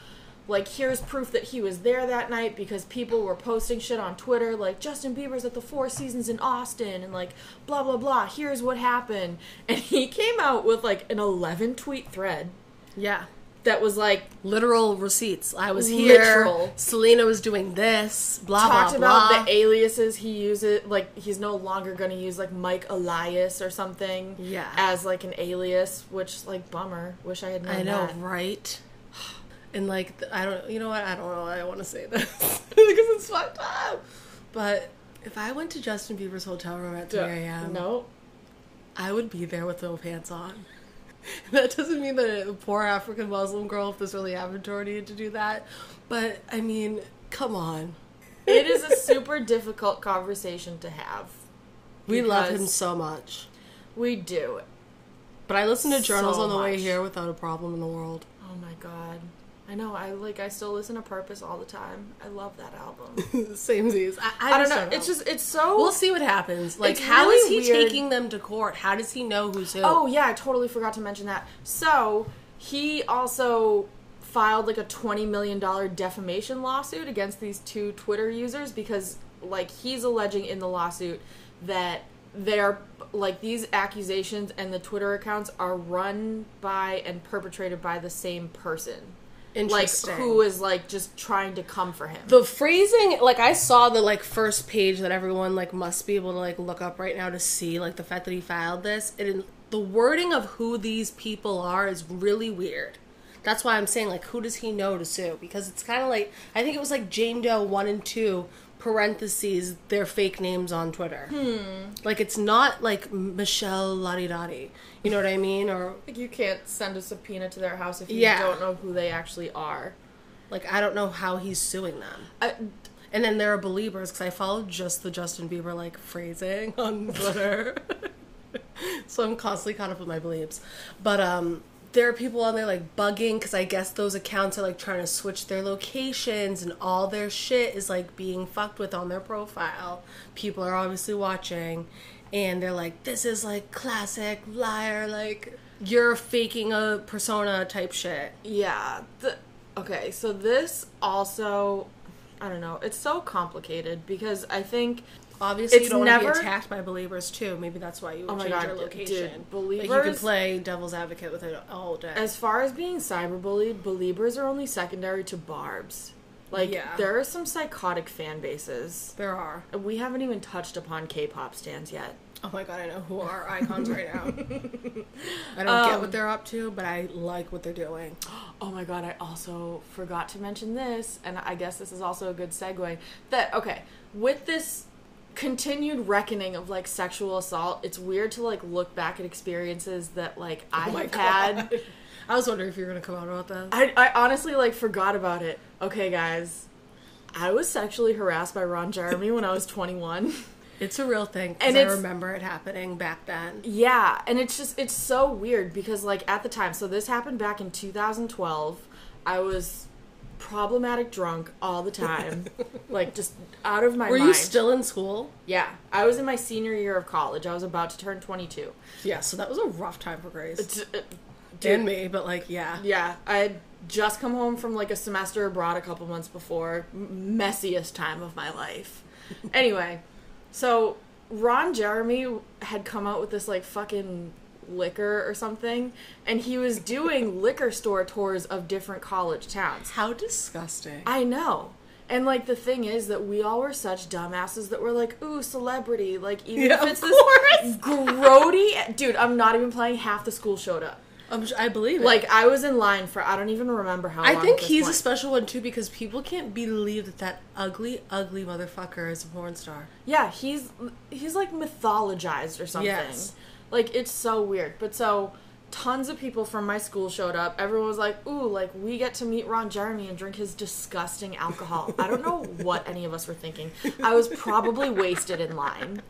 [SPEAKER 1] Like here's proof that he was there that night because people were posting shit on Twitter like Justin Bieber's at the Four Seasons in Austin and like blah blah blah here's what happened and he came out with like an 11 tweet thread
[SPEAKER 2] Yeah.
[SPEAKER 1] that was like
[SPEAKER 2] Literal receipts. I was here.
[SPEAKER 1] Literal.
[SPEAKER 2] Selena was doing this. Blah
[SPEAKER 1] talked
[SPEAKER 2] blah
[SPEAKER 1] about
[SPEAKER 2] blah.
[SPEAKER 1] the aliases he uses. Like he's no longer going to use like Mike Elias or something.
[SPEAKER 2] Yeah.
[SPEAKER 1] As like an alias, which like bummer. Wish I had known
[SPEAKER 2] I know,
[SPEAKER 1] that.
[SPEAKER 2] right? And like, th- I don't, you know what? I don't know. why I want to say this because it's fucked up. But if I went to Justin Bieber's hotel room at 3 a.m.,
[SPEAKER 1] No.
[SPEAKER 2] I would be there with no pants on. That doesn't mean that a poor African Muslim girl, if this really happened to her, needed to do that. But I mean, come on.
[SPEAKER 1] it is a super difficult conversation to have.
[SPEAKER 2] We love him
[SPEAKER 1] Because-
[SPEAKER 2] so much.
[SPEAKER 1] We do.
[SPEAKER 2] But I listen to journals
[SPEAKER 1] So
[SPEAKER 2] on the way
[SPEAKER 1] much.
[SPEAKER 2] here without a problem in the world.
[SPEAKER 1] Oh my god. I know. I like. I still listen to Purpose all the time. I love that album.
[SPEAKER 2] Same z's. I, I,
[SPEAKER 1] I don't
[SPEAKER 2] just
[SPEAKER 1] know. It's just. It's so.
[SPEAKER 2] We'll see what happens. Like,
[SPEAKER 1] It's
[SPEAKER 2] how is
[SPEAKER 1] really
[SPEAKER 2] he
[SPEAKER 1] weird.
[SPEAKER 2] taking them to court? How does he know who's who?
[SPEAKER 1] Oh yeah, I totally forgot to mention that. So he also filed like a twenty million dollar defamation lawsuit against these two Twitter users because like he's alleging in the lawsuit that they're like these accusations and the Twitter accounts are run by and perpetrated by the same person. Like
[SPEAKER 2] interesting.
[SPEAKER 1] who is like just trying to come for him.
[SPEAKER 2] the phrasing? Like, I saw the like first page that everyone like must be able to like look up right now to see like the fact that he filed this. And the wording of who these people are is really weird. That's why I'm saying like, who does he know to sue? Because it's kind of like I think it was like Jane Doe one and two parentheses their fake names on Twitter.
[SPEAKER 1] Hmm.
[SPEAKER 2] Like it's not like Michelle Lottie Dottie. You know what I mean? Or
[SPEAKER 1] Like, you can't send a subpoena to their house if you
[SPEAKER 2] Yeah.
[SPEAKER 1] don't know who they actually are.
[SPEAKER 2] Like I don't know how he's suing them.
[SPEAKER 1] I,
[SPEAKER 2] And then there are believers because I follow just the Justin Bieber like phrasing on Twitter, so I'm constantly caught up with my beliefs. But um, there are people on there like bugging because I guess those accounts are like trying to switch their locations and all their shit is like being fucked with on their profile. People are obviously watching, and they're like, "This is like classic liar, like you're faking a persona type shit."
[SPEAKER 1] Yeah. The, okay, so this also, I don't know, it's so complicated because I think.
[SPEAKER 2] Obviously,
[SPEAKER 1] It's
[SPEAKER 2] you don't want
[SPEAKER 1] never-
[SPEAKER 2] to be attacked by believers too. Maybe that's why you would
[SPEAKER 1] Oh my
[SPEAKER 2] change
[SPEAKER 1] God,
[SPEAKER 2] your
[SPEAKER 1] dude,
[SPEAKER 2] location.
[SPEAKER 1] believers-
[SPEAKER 2] like you can play devil's advocate with it all day.
[SPEAKER 1] As far as being cyberbullied, believers are only secondary to barbs. Like,
[SPEAKER 2] Yeah.
[SPEAKER 1] there are some psychotic fan bases.
[SPEAKER 2] there are.
[SPEAKER 1] We haven't even touched upon K pop stands yet.
[SPEAKER 2] Oh my god, I know who are icons right now. I don't get
[SPEAKER 1] Um,
[SPEAKER 2] what they're up to, but I like what they're doing.
[SPEAKER 1] Oh my god, I also forgot to mention this, and I guess this is also a good segue. That, okay, with this continued reckoning of like sexual assault, it's weird to like look back at experiences that like I
[SPEAKER 2] Oh my
[SPEAKER 1] have had.
[SPEAKER 2] God. I was wondering if you were gonna come out about that.
[SPEAKER 1] I, I honestly like forgot about it. Okay, guys, I was sexually harassed by Ron Jeremy when I was 21.
[SPEAKER 2] It's a real thing, 'cause
[SPEAKER 1] And
[SPEAKER 2] I
[SPEAKER 1] it's-
[SPEAKER 2] remember it happening back then.
[SPEAKER 1] Yeah, and it's just it's so weird because like at the time, so this happened back in 2012. I was problematic drunk all the time, like just out of my
[SPEAKER 2] Were
[SPEAKER 1] mind.
[SPEAKER 2] you still in school?
[SPEAKER 1] yeah, I was in my senior year of college. I was about to turn 22.
[SPEAKER 2] Yeah, so that was a rough time for Grace
[SPEAKER 1] It's- uh, it-
[SPEAKER 2] and me, but like, yeah,
[SPEAKER 1] yeah, I just come home from like a semester abroad a couple months before M- messiest time of my life anyway so ron jeremy had come out with this like fucking liquor or something and he was doing liquor store tours of different college towns
[SPEAKER 2] How disgusting.
[SPEAKER 1] I know. And like the thing is that we all were such dumbasses that we're like, ooh, celebrity. Like even
[SPEAKER 2] Yeah,
[SPEAKER 1] if it's
[SPEAKER 2] of
[SPEAKER 1] this grody dude, I'm not even playing. Half the school showed up.
[SPEAKER 2] I'm su- I believe it.
[SPEAKER 1] Like I was in line for I don't even remember how.
[SPEAKER 2] I
[SPEAKER 1] long
[SPEAKER 2] think
[SPEAKER 1] at this
[SPEAKER 2] he's a
[SPEAKER 1] point.
[SPEAKER 2] special one too because people can't believe that that ugly, ugly motherfucker is a porn star.
[SPEAKER 1] yeah, he's he's like mythologized or something.
[SPEAKER 2] Yes.
[SPEAKER 1] Like it's so weird. But so tons of people from my school showed up. Everyone was like, "Ooh, like we get to meet Ron Jeremy and drink his disgusting alcohol." I don't know what any of us were thinking. I was probably wasted in line.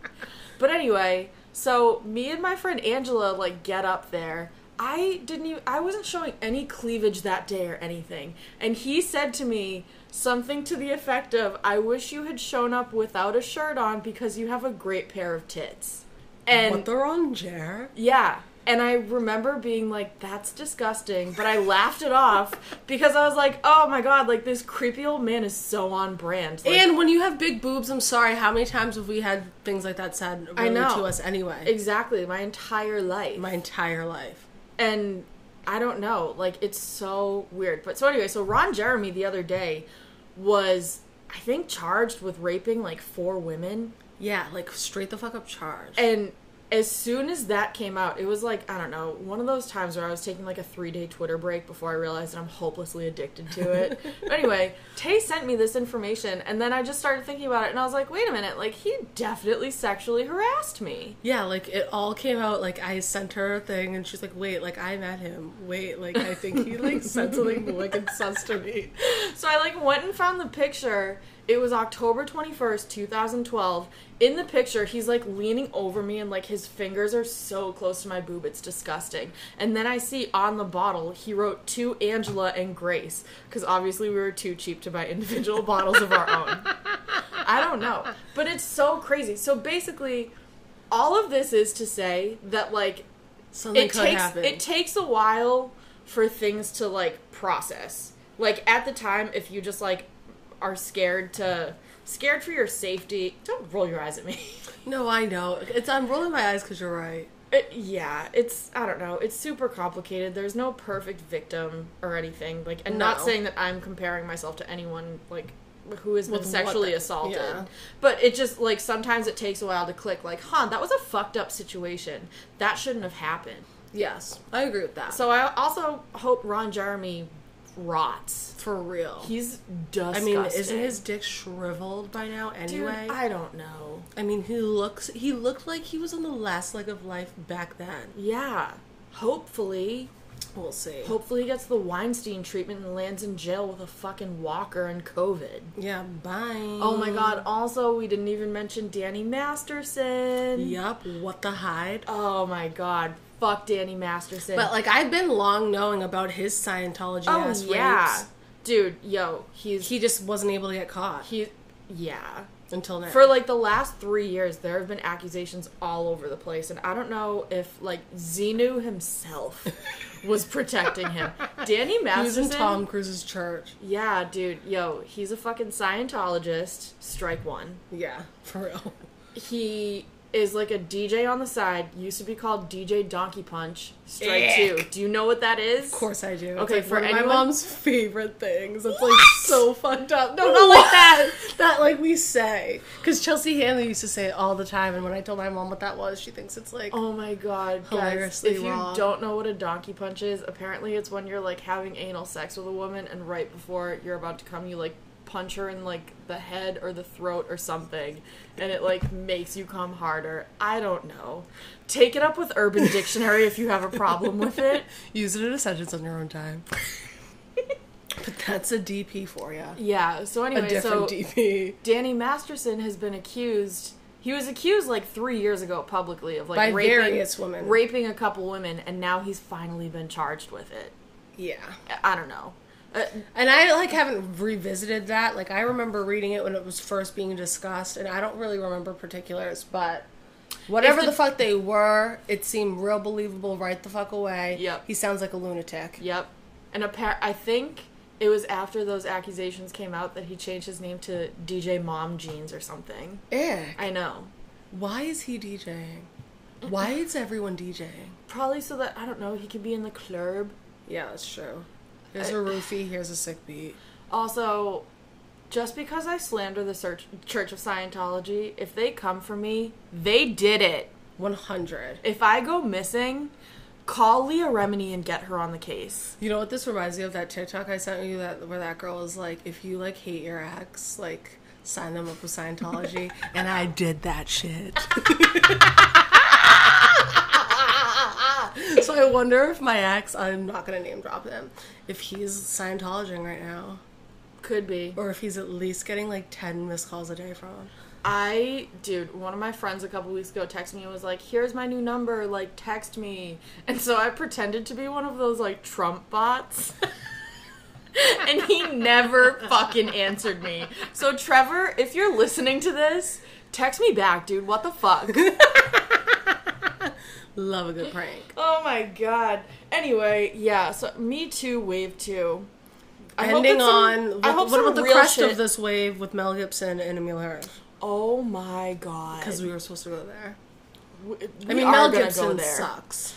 [SPEAKER 1] But anyway, so me and my friend Angela like get up there. I didn't even I wasn't showing any cleavage that day or anything. And he said to me something to the effect of, "I wish you had shown up without a shirt on because you have a great pair of tits." And
[SPEAKER 2] what the wrong chair?
[SPEAKER 1] yeah. And I remember being like, that's disgusting. But I laughed it off because I was like, oh my god, like this creepy old man is so on brand. Like,
[SPEAKER 2] and when you have big boobs, I'm sorry, how many times have we had things like that said really
[SPEAKER 1] know.
[SPEAKER 2] to us anyway?
[SPEAKER 1] exactly, my entire life.
[SPEAKER 2] My entire life.
[SPEAKER 1] and I don't know, like it's so weird. But so anyway, so Ron Jeremy the other day was, I think, charged with raping like four women.
[SPEAKER 2] Yeah, like straight the fuck up charge.
[SPEAKER 1] And as soon as that came out, it was like, I don't know, one of those times where I was taking like a three day Twitter break before I realized that I'm hopelessly addicted to it. But anyway, Tay sent me this information, and then I just started thinking about it, and I was like, wait a minute, like, he definitely sexually harassed me.
[SPEAKER 2] yeah, like it all came out. Like I sent her a thing, and she's like, "Wait, like I met him. Wait, like I think he like sent something like sus to me."
[SPEAKER 1] So I like went and found the picture. It was October 21st, 2012. In the picture, he's like leaning over me and like his fingers are so close to my boob, it's disgusting. And then I see on the bottle, he wrote to Angela and Grace because obviously we were too cheap to buy individual bottles of our own. I don't know. But it's so crazy. So basically, all of this is to say that like
[SPEAKER 2] Something
[SPEAKER 1] it
[SPEAKER 2] could
[SPEAKER 1] takes
[SPEAKER 2] happen.
[SPEAKER 1] it takes a while for things to like process. Like at the time, if you just like are scared to scared for your safety, don't roll your eyes at me.
[SPEAKER 2] no, I know. It's I'm rolling my eyes because you're right.
[SPEAKER 1] It- yeah, it's I don't know. It's super complicated. There's no perfect victim or anything. Like, and not
[SPEAKER 2] No.
[SPEAKER 1] saying that I'm comparing myself to anyone like who has been
[SPEAKER 2] With what
[SPEAKER 1] sexually
[SPEAKER 2] the-
[SPEAKER 1] assaulted.
[SPEAKER 2] yeah.
[SPEAKER 1] But it just like sometimes it takes a while to click. Like, huh, that was a fucked up situation. That shouldn't have happened.
[SPEAKER 2] Yes, I agree with that. So
[SPEAKER 1] So I also hope Ron Jeremy rots.
[SPEAKER 2] for real.
[SPEAKER 1] He's dusty.
[SPEAKER 2] I mean, isn't his dick shriveled by now
[SPEAKER 1] dude?
[SPEAKER 2] anyway? I,
[SPEAKER 1] I don't know.
[SPEAKER 2] mean, he looks he looked like he was on the last leg of life back then.
[SPEAKER 1] Yeah. Hopefully,
[SPEAKER 2] We'll see.
[SPEAKER 1] hopefully he gets the Weinstein treatment and lands in jail with a fucking walker and COVID.
[SPEAKER 2] yeah, bye.
[SPEAKER 1] Oh
[SPEAKER 2] Mm.
[SPEAKER 1] my god! Also, we didn't even mention Danny Masterson.
[SPEAKER 2] Yup, what the hide?
[SPEAKER 1] Oh my god! Fuck Danny Masterson.
[SPEAKER 2] But like I've been long knowing about his Scientology
[SPEAKER 1] oh
[SPEAKER 2] ass
[SPEAKER 1] yeah,
[SPEAKER 2] rapes.
[SPEAKER 1] dude, yo, he's
[SPEAKER 2] He just wasn't able to get caught
[SPEAKER 1] he, yeah.
[SPEAKER 2] until now.
[SPEAKER 1] For like the last three years, there have been accusations all over the place, and I don't know if like Xenu himself was protecting him. Danny
[SPEAKER 2] he was
[SPEAKER 1] Masterson,
[SPEAKER 2] in Tom Cruise's church.
[SPEAKER 1] yeah, dude, yo, he's a fucking Scientologist. Strike one.
[SPEAKER 2] Yeah, for real.
[SPEAKER 1] He is like a DJ on the side. Used to be called DJ Donkey Punch. Strike
[SPEAKER 2] Ick.
[SPEAKER 1] two. Do you know what that is?
[SPEAKER 2] Of course I do. It's,
[SPEAKER 1] Okay,
[SPEAKER 2] like,
[SPEAKER 1] for
[SPEAKER 2] one of
[SPEAKER 1] anyone-
[SPEAKER 2] my mom's favorite things. It's like so fucked up. No, not
[SPEAKER 1] What?
[SPEAKER 2] like that. That like we say because Chelsea Handler used to say it all the time, and when I told my mom what that was, she thinks it's like
[SPEAKER 1] Oh my god, guys.
[SPEAKER 2] Hilariously
[SPEAKER 1] If you
[SPEAKER 2] wrong.
[SPEAKER 1] don't know what a donkey punch is, apparently it's when you're like having anal sex with a woman and right before you're about to come you like punch her in like the head or the throat or something and it like makes you come harder. I don't know. Take it up with Urban Dictionary if you have a problem with it.
[SPEAKER 2] use it in a sentence on your own time. but that's a DP for you.
[SPEAKER 1] Yeah, so
[SPEAKER 2] A
[SPEAKER 1] anyway, so
[SPEAKER 2] different DP
[SPEAKER 1] Danny Masterson has been accused. He was accused like three years ago publicly of like
[SPEAKER 2] by
[SPEAKER 1] raping,
[SPEAKER 2] various women.
[SPEAKER 1] raping a couple women, and now he's finally been charged with it.
[SPEAKER 2] yeah.
[SPEAKER 1] I don't know. Uh,
[SPEAKER 2] And I like haven't revisited that. Like I remember reading it when it was first being discussed, and I don't really remember particulars, but whatever
[SPEAKER 1] If
[SPEAKER 2] the,
[SPEAKER 1] the-
[SPEAKER 2] fuck they were, it seemed real believable right the fuck away.
[SPEAKER 1] Yep.
[SPEAKER 2] He sounds like a lunatic.
[SPEAKER 1] yep. And appar- I think it was after those accusations came out that he changed his name to DJ Mom Jeans or something.
[SPEAKER 2] Ick.
[SPEAKER 1] I know.
[SPEAKER 2] Eh, Why is he DJing? Why is everyone DJing?
[SPEAKER 1] Probably so that I don't know, he could be in the club.
[SPEAKER 2] Yeah, that's true. Here's a roofie, here's a sick beat.
[SPEAKER 1] Also, just because I slander the Church, Church of Scientology, if they come for me, they did it.
[SPEAKER 2] 100.
[SPEAKER 1] If I go missing, call Leah Remini and get her on the case.
[SPEAKER 2] You know what this reminds me of? That TikTok I sent you that where that girl was like, if you like hate your ex, like sign them up with Scientology. and I did that shit. so I wonder if my ex, I'm not gonna name drop him, if he's Scientologing right now.
[SPEAKER 1] Could be.
[SPEAKER 2] Or if he's at least getting like 10 missed calls a day from him.
[SPEAKER 1] I, dude, one of my friends a couple weeks ago texted me and was like, here's my new number, like, text me. And so I pretended to be one of those, like, Trump bots. and he never fucking answered me. So, Trevor, if you're listening to this, text me back, dude. What the fuck?
[SPEAKER 2] Love a good prank.
[SPEAKER 1] oh my god. Anyway, yeah, so Me Too Wave 2. I hope
[SPEAKER 2] Ending
[SPEAKER 1] it's some-
[SPEAKER 2] on, what,
[SPEAKER 1] I hope
[SPEAKER 2] what
[SPEAKER 1] some
[SPEAKER 2] about the
[SPEAKER 1] real
[SPEAKER 2] crest
[SPEAKER 1] shit-
[SPEAKER 2] of this wave with Mel Gibson and Emil Hirsch?
[SPEAKER 1] Oh my god.
[SPEAKER 2] Because we were supposed to go there.
[SPEAKER 1] W-
[SPEAKER 2] I
[SPEAKER 1] we
[SPEAKER 2] mean,
[SPEAKER 1] are
[SPEAKER 2] Mel
[SPEAKER 1] gonna go
[SPEAKER 2] Gibson
[SPEAKER 1] there.
[SPEAKER 2] sucks.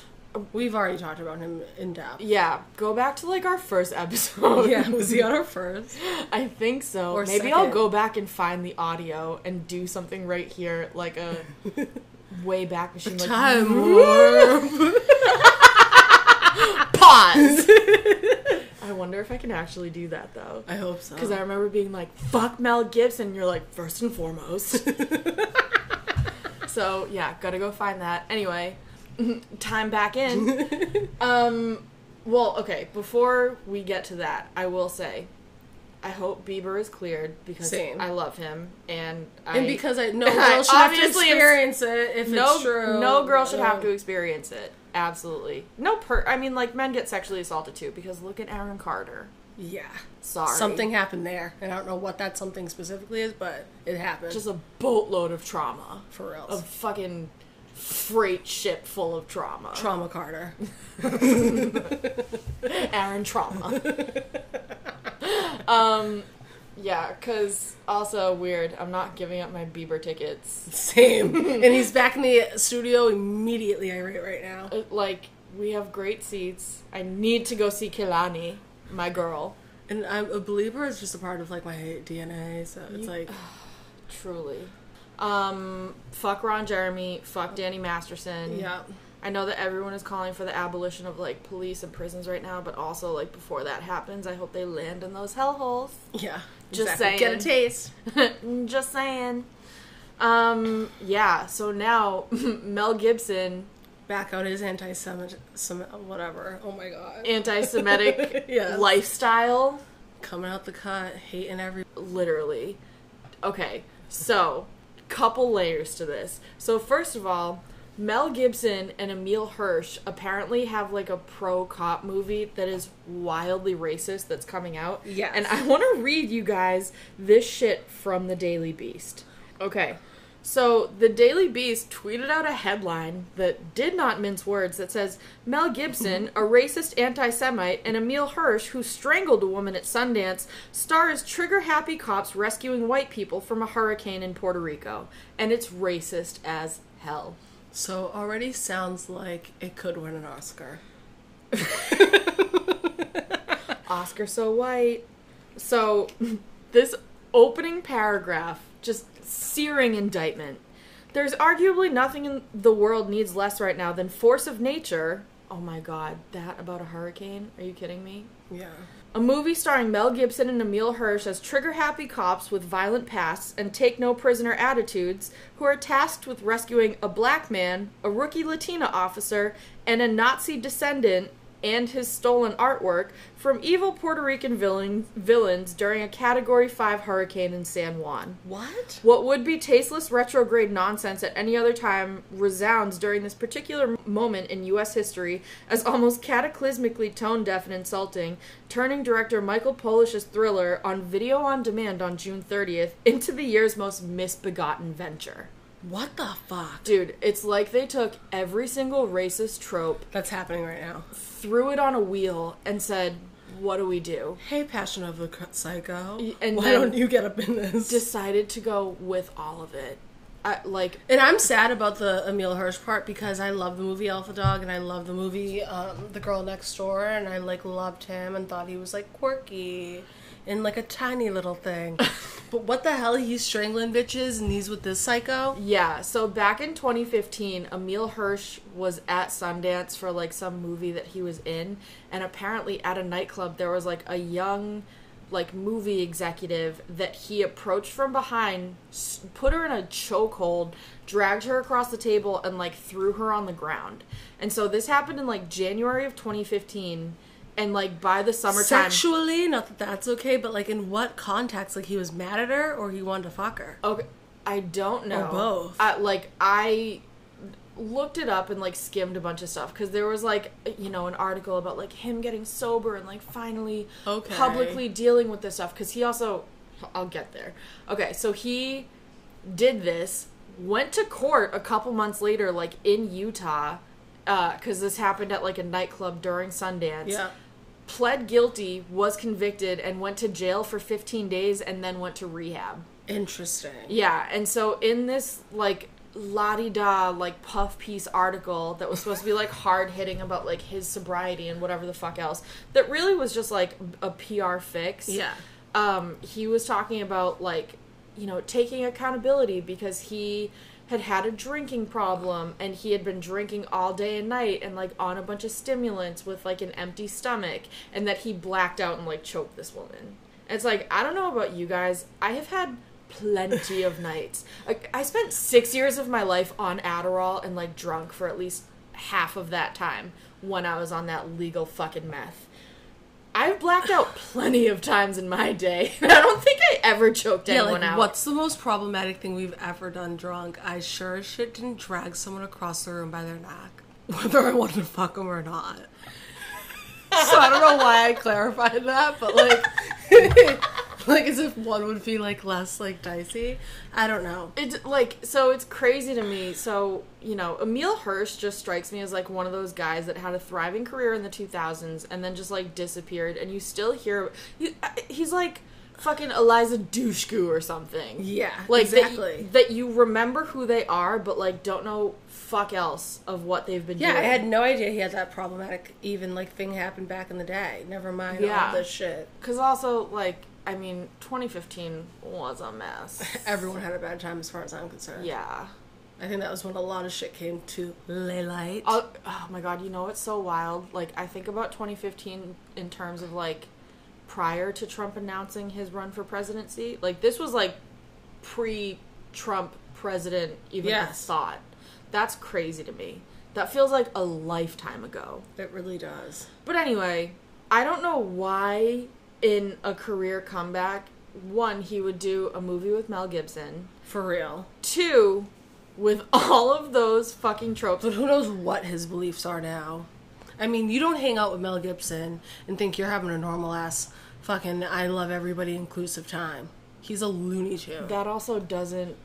[SPEAKER 2] We've already talked about him in depth.
[SPEAKER 1] Yeah, go back to like our first episode.
[SPEAKER 2] Yeah, was he on our first?
[SPEAKER 1] I think so.
[SPEAKER 2] Or
[SPEAKER 1] Maybe I'll
[SPEAKER 2] second.
[SPEAKER 1] go back and find the audio and do something right here, like a way back machine. Like, pause. I wonder if I can actually do that though,
[SPEAKER 2] I hope so.
[SPEAKER 1] because I remember being like, "Fuck Mel Gibson." You're like, first and foremost. so yeah, gotta go find that. Anyway, time back in. um, well, okay. Before we get to that, I will say. I hope Bieber is cleared because
[SPEAKER 2] Same.
[SPEAKER 1] I love him and I
[SPEAKER 2] and because I no
[SPEAKER 1] I
[SPEAKER 2] girl should have to
[SPEAKER 1] obviously am-
[SPEAKER 2] experience it if
[SPEAKER 1] no,
[SPEAKER 2] it's true.
[SPEAKER 1] No girl should have to experience it. Absolutely. No per I mean like men get sexually assaulted too because look at Aaron Carter.
[SPEAKER 2] Yeah,
[SPEAKER 1] Sorry.
[SPEAKER 2] something happened there, and I don't know what that something specifically is, but it happened.
[SPEAKER 1] just a boatload of trauma.
[SPEAKER 2] for real.
[SPEAKER 1] A fucking freight ship full of trauma.
[SPEAKER 2] Trauma Carter.
[SPEAKER 1] Aaron trauma. um yeah, cuz also weird. I'm not giving up my Bieber tickets.
[SPEAKER 2] Same. and he's back in the studio immediately irate right now.
[SPEAKER 1] Uh, Like we have great seats. I need to go see Kelani, my girl.
[SPEAKER 2] And I'm a believer is just a part of like my DNA, so it's like
[SPEAKER 1] Truly. Um, fuck Ron Jeremy, fuck Danny Masterson.
[SPEAKER 2] yeah.
[SPEAKER 1] I know that everyone is calling for the abolition of like police and prisons right now, but also like before that happens, I hope they land in those hellholes.
[SPEAKER 2] Yeah.
[SPEAKER 1] Just
[SPEAKER 2] exactly. Get a
[SPEAKER 1] saying.
[SPEAKER 2] taste.
[SPEAKER 1] Just saying. Um, yeah, so now Mel Gibson,
[SPEAKER 2] Back out his anti Semit some whatever. Oh my god.
[SPEAKER 1] anti Semitic
[SPEAKER 2] Yes.
[SPEAKER 1] lifestyle.
[SPEAKER 2] Coming out the cut, hating every
[SPEAKER 1] literally. Okay, so couple layers to this. So first of all, Mel Gibson and Emil Hirsch apparently have like a pro cop movie that is wildly racist that's coming out.
[SPEAKER 2] Yes.
[SPEAKER 1] And I want to read you guys this shit from the Daily Beast. Okay. So the Daily Beast tweeted out a headline that did not mince words that says Mel Gibson, a racist anti-Semite, and Emil Hirsch, who strangled a woman at Sundance, star as trigger-happy cops rescuing white people from a hurricane in Puerto Rico, and it's racist as hell.
[SPEAKER 2] So already sounds like it could win an Oscar.
[SPEAKER 1] Oscar so white. So this opening paragraph, just searing indictment. There's arguably nothing in the world needs less right now than force of nature. Oh my god, that about a hurricane? Are you kidding me?
[SPEAKER 2] Yeah.
[SPEAKER 1] A movie starring Mel Gibson and Emil Hirsch as trigger happy cops with violent pasts and take no prisoner attitudes who are tasked with rescuing a black man, a rookie Latina officer, and a Nazi descendant and his stolen artwork from evil Puerto Rican villain, villains during a Category 5 hurricane in San Juan.
[SPEAKER 2] What?
[SPEAKER 1] What would be tasteless retrograde nonsense at any other time resounds during this particular moment in U.S. history as almost cataclysmically tone deaf and insulting, turning director Michael Polish's thriller on video on demand on June 30th into the year's most misbegotten venture.
[SPEAKER 2] What the fuck?
[SPEAKER 1] Dude, it's like they took every single racist trope,
[SPEAKER 2] That's happening right now.
[SPEAKER 1] threw it on a wheel, and said, what do we do?
[SPEAKER 2] Hey, Passion of the Cr- Psycho.
[SPEAKER 1] and
[SPEAKER 2] Why
[SPEAKER 1] then-
[SPEAKER 2] don't you get up in this?
[SPEAKER 1] Decided to go with all of it. I, like
[SPEAKER 2] and I'm sad about the Emil Hirsch part because I love the movie Alpha Dog and I love the movie um, The Girl Next Door and I like loved him and thought he was like quirky and like a tiny little thing. but what the hell? He's strangling bitches and he's with this psycho.
[SPEAKER 1] Yeah, so back in 2015, Emil Hirsch was at Sundance for like some movie that he was in, and apparently at a nightclub there was like a young like movie executive that he approached from behind, s- put her in a chokehold, dragged her across the table and like threw her on the ground. And so this happened in like January of 2015 and like by the summertime
[SPEAKER 2] Sexually, not that that's okay, but like in what context? Like he was mad at her or he wanted to fuck her?
[SPEAKER 1] Okay, I don't know.
[SPEAKER 2] both.
[SPEAKER 1] I, like I looked it up and like skimmed a bunch of stuff because there was like you know an article about like him getting sober and like finally
[SPEAKER 2] Okay.
[SPEAKER 1] publicly dealing with this stuff because he also I'll get there. Okay, so he did this, went to court a couple months later, like in Utah, because this happened at like a nightclub during Sundance pled guilty, was convicted, and went to jail for 15 days and then went to rehab.
[SPEAKER 2] Interesting.
[SPEAKER 1] Yeah, and so in this, like, la di da, like, puff piece article that was supposed to be, like, hard hitting about, like, his sobriety and whatever the fuck else, that really was just, like, a PR fix
[SPEAKER 2] Yeah.
[SPEAKER 1] um, he was talking about like you know taking accountability because he had had a drinking problem and he had been drinking all day and night and like on a bunch of stimulants with like an empty stomach and that he blacked out and like choked this woman it's like i don't know about you guys i have had plenty of nights like, i spent six years of my life on adderall and like drunk for at least half of that time when i was on that legal fucking meth I've blacked out plenty of times in my day. I don't think I ever choked
[SPEAKER 2] Yeah,
[SPEAKER 1] anyone
[SPEAKER 2] like
[SPEAKER 1] out.
[SPEAKER 2] what's the most problematic thing we've ever done drunk? I sure as shit didn't drag someone across the room by their neck, whether I wanted to fuck them or not. so I don't know why I clarified that, but like, like as if one would be like less like dicey. I don't know.
[SPEAKER 1] It's like so it's crazy to me. So, you know, Emil Hirsch just strikes me as like one of those guys that had a thriving career in the 2000s and then just like disappeared and you still hear you, I- he's like fucking Eliza Dushku or something.
[SPEAKER 2] Yeah,
[SPEAKER 1] Like that y-
[SPEAKER 2] exactly.
[SPEAKER 1] That, you remember who they are but like don't know fuck else of what they've been
[SPEAKER 2] Yeah, I
[SPEAKER 1] doing.
[SPEAKER 2] had no idea he had that problematic even like thing happened back in the day. Never mind
[SPEAKER 1] Yeah.
[SPEAKER 2] all this shit.
[SPEAKER 1] Cuz also like I mean, 2015 was a mess.
[SPEAKER 2] Everyone had a bad time as far as I'm concerned.
[SPEAKER 1] yeah.
[SPEAKER 2] I think that was when a lot of shit came to lay light.
[SPEAKER 1] Oh, oh my god, you know what's so wild? Like I think about 2015 in terms of like prior to Trump announcing his run for presidency. Like this was like pre-Trump president even
[SPEAKER 2] Yes.
[SPEAKER 1] thought. That's crazy to me. That feels like a lifetime ago.
[SPEAKER 2] It really does.
[SPEAKER 1] But anyway, I don't know why in a career comeback, one he would do a movie with Mel Gibson,
[SPEAKER 2] For real.
[SPEAKER 1] two with all of those fucking tropes.
[SPEAKER 2] But who knows what his beliefs are now? I mean, you don't hang out with Mel Gibson and think you're having a normal ass fucking I love everybody inclusive time. He's a loony tune.
[SPEAKER 1] That also doesn't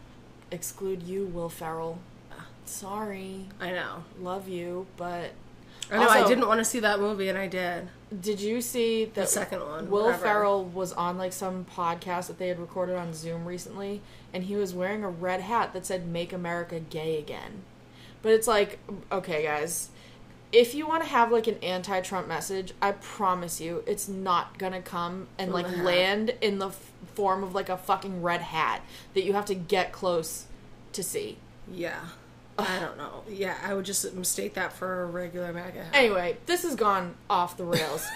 [SPEAKER 1] exclude you, Will Ferrell. Sorry,
[SPEAKER 2] I know.
[SPEAKER 1] love you, but
[SPEAKER 2] I know I
[SPEAKER 1] Also-
[SPEAKER 2] didn't want to see that movie and I did.
[SPEAKER 1] did you see that
[SPEAKER 2] The second one,
[SPEAKER 1] Will
[SPEAKER 2] whatever.
[SPEAKER 1] Ferrell was on like some podcast that they had recorded on Zoom recently, and he was wearing a red hat that said "Make America Gay Again," but it's like, okay, guys. If you want to have like an anti-Trump message, I promise you, it's not gonna come and like
[SPEAKER 2] the hat.
[SPEAKER 1] land in the f- form of like a fucking red hat that you have to get close to see.
[SPEAKER 2] Yeah. I don't know. Yeah, I would just mistake that for a regular MAGA hat.
[SPEAKER 1] Anyway, this has gone off the rails.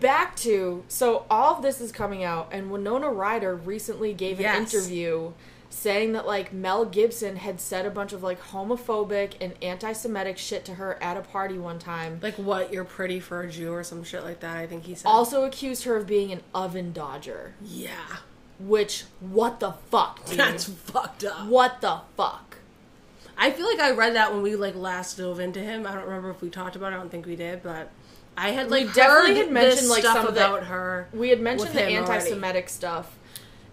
[SPEAKER 1] Back to so all of this is coming out, and Winona Ryder recently gave an
[SPEAKER 2] Yes.
[SPEAKER 1] interview saying that like Mel Gibson had said a bunch of like homophobic and anti-Semitic shit to her at a party one time.
[SPEAKER 2] Like what? You're pretty for a Jew or some shit like that. I think he said.
[SPEAKER 1] Also accused her of being an oven dodger,
[SPEAKER 2] yeah,
[SPEAKER 1] which what the fuck, dude?
[SPEAKER 2] that's fucked up.
[SPEAKER 1] what the fuck.
[SPEAKER 2] I feel like I read that when we like last dove into him. I don't remember if we talked about it. I don't think we did, but I had like
[SPEAKER 1] definitely
[SPEAKER 2] heard
[SPEAKER 1] had mentioned,
[SPEAKER 2] this
[SPEAKER 1] like,
[SPEAKER 2] stuff
[SPEAKER 1] some of the-
[SPEAKER 2] about her.
[SPEAKER 1] We had mentioned
[SPEAKER 2] with
[SPEAKER 1] the
[SPEAKER 2] him already.
[SPEAKER 1] anti-Semitic stuff.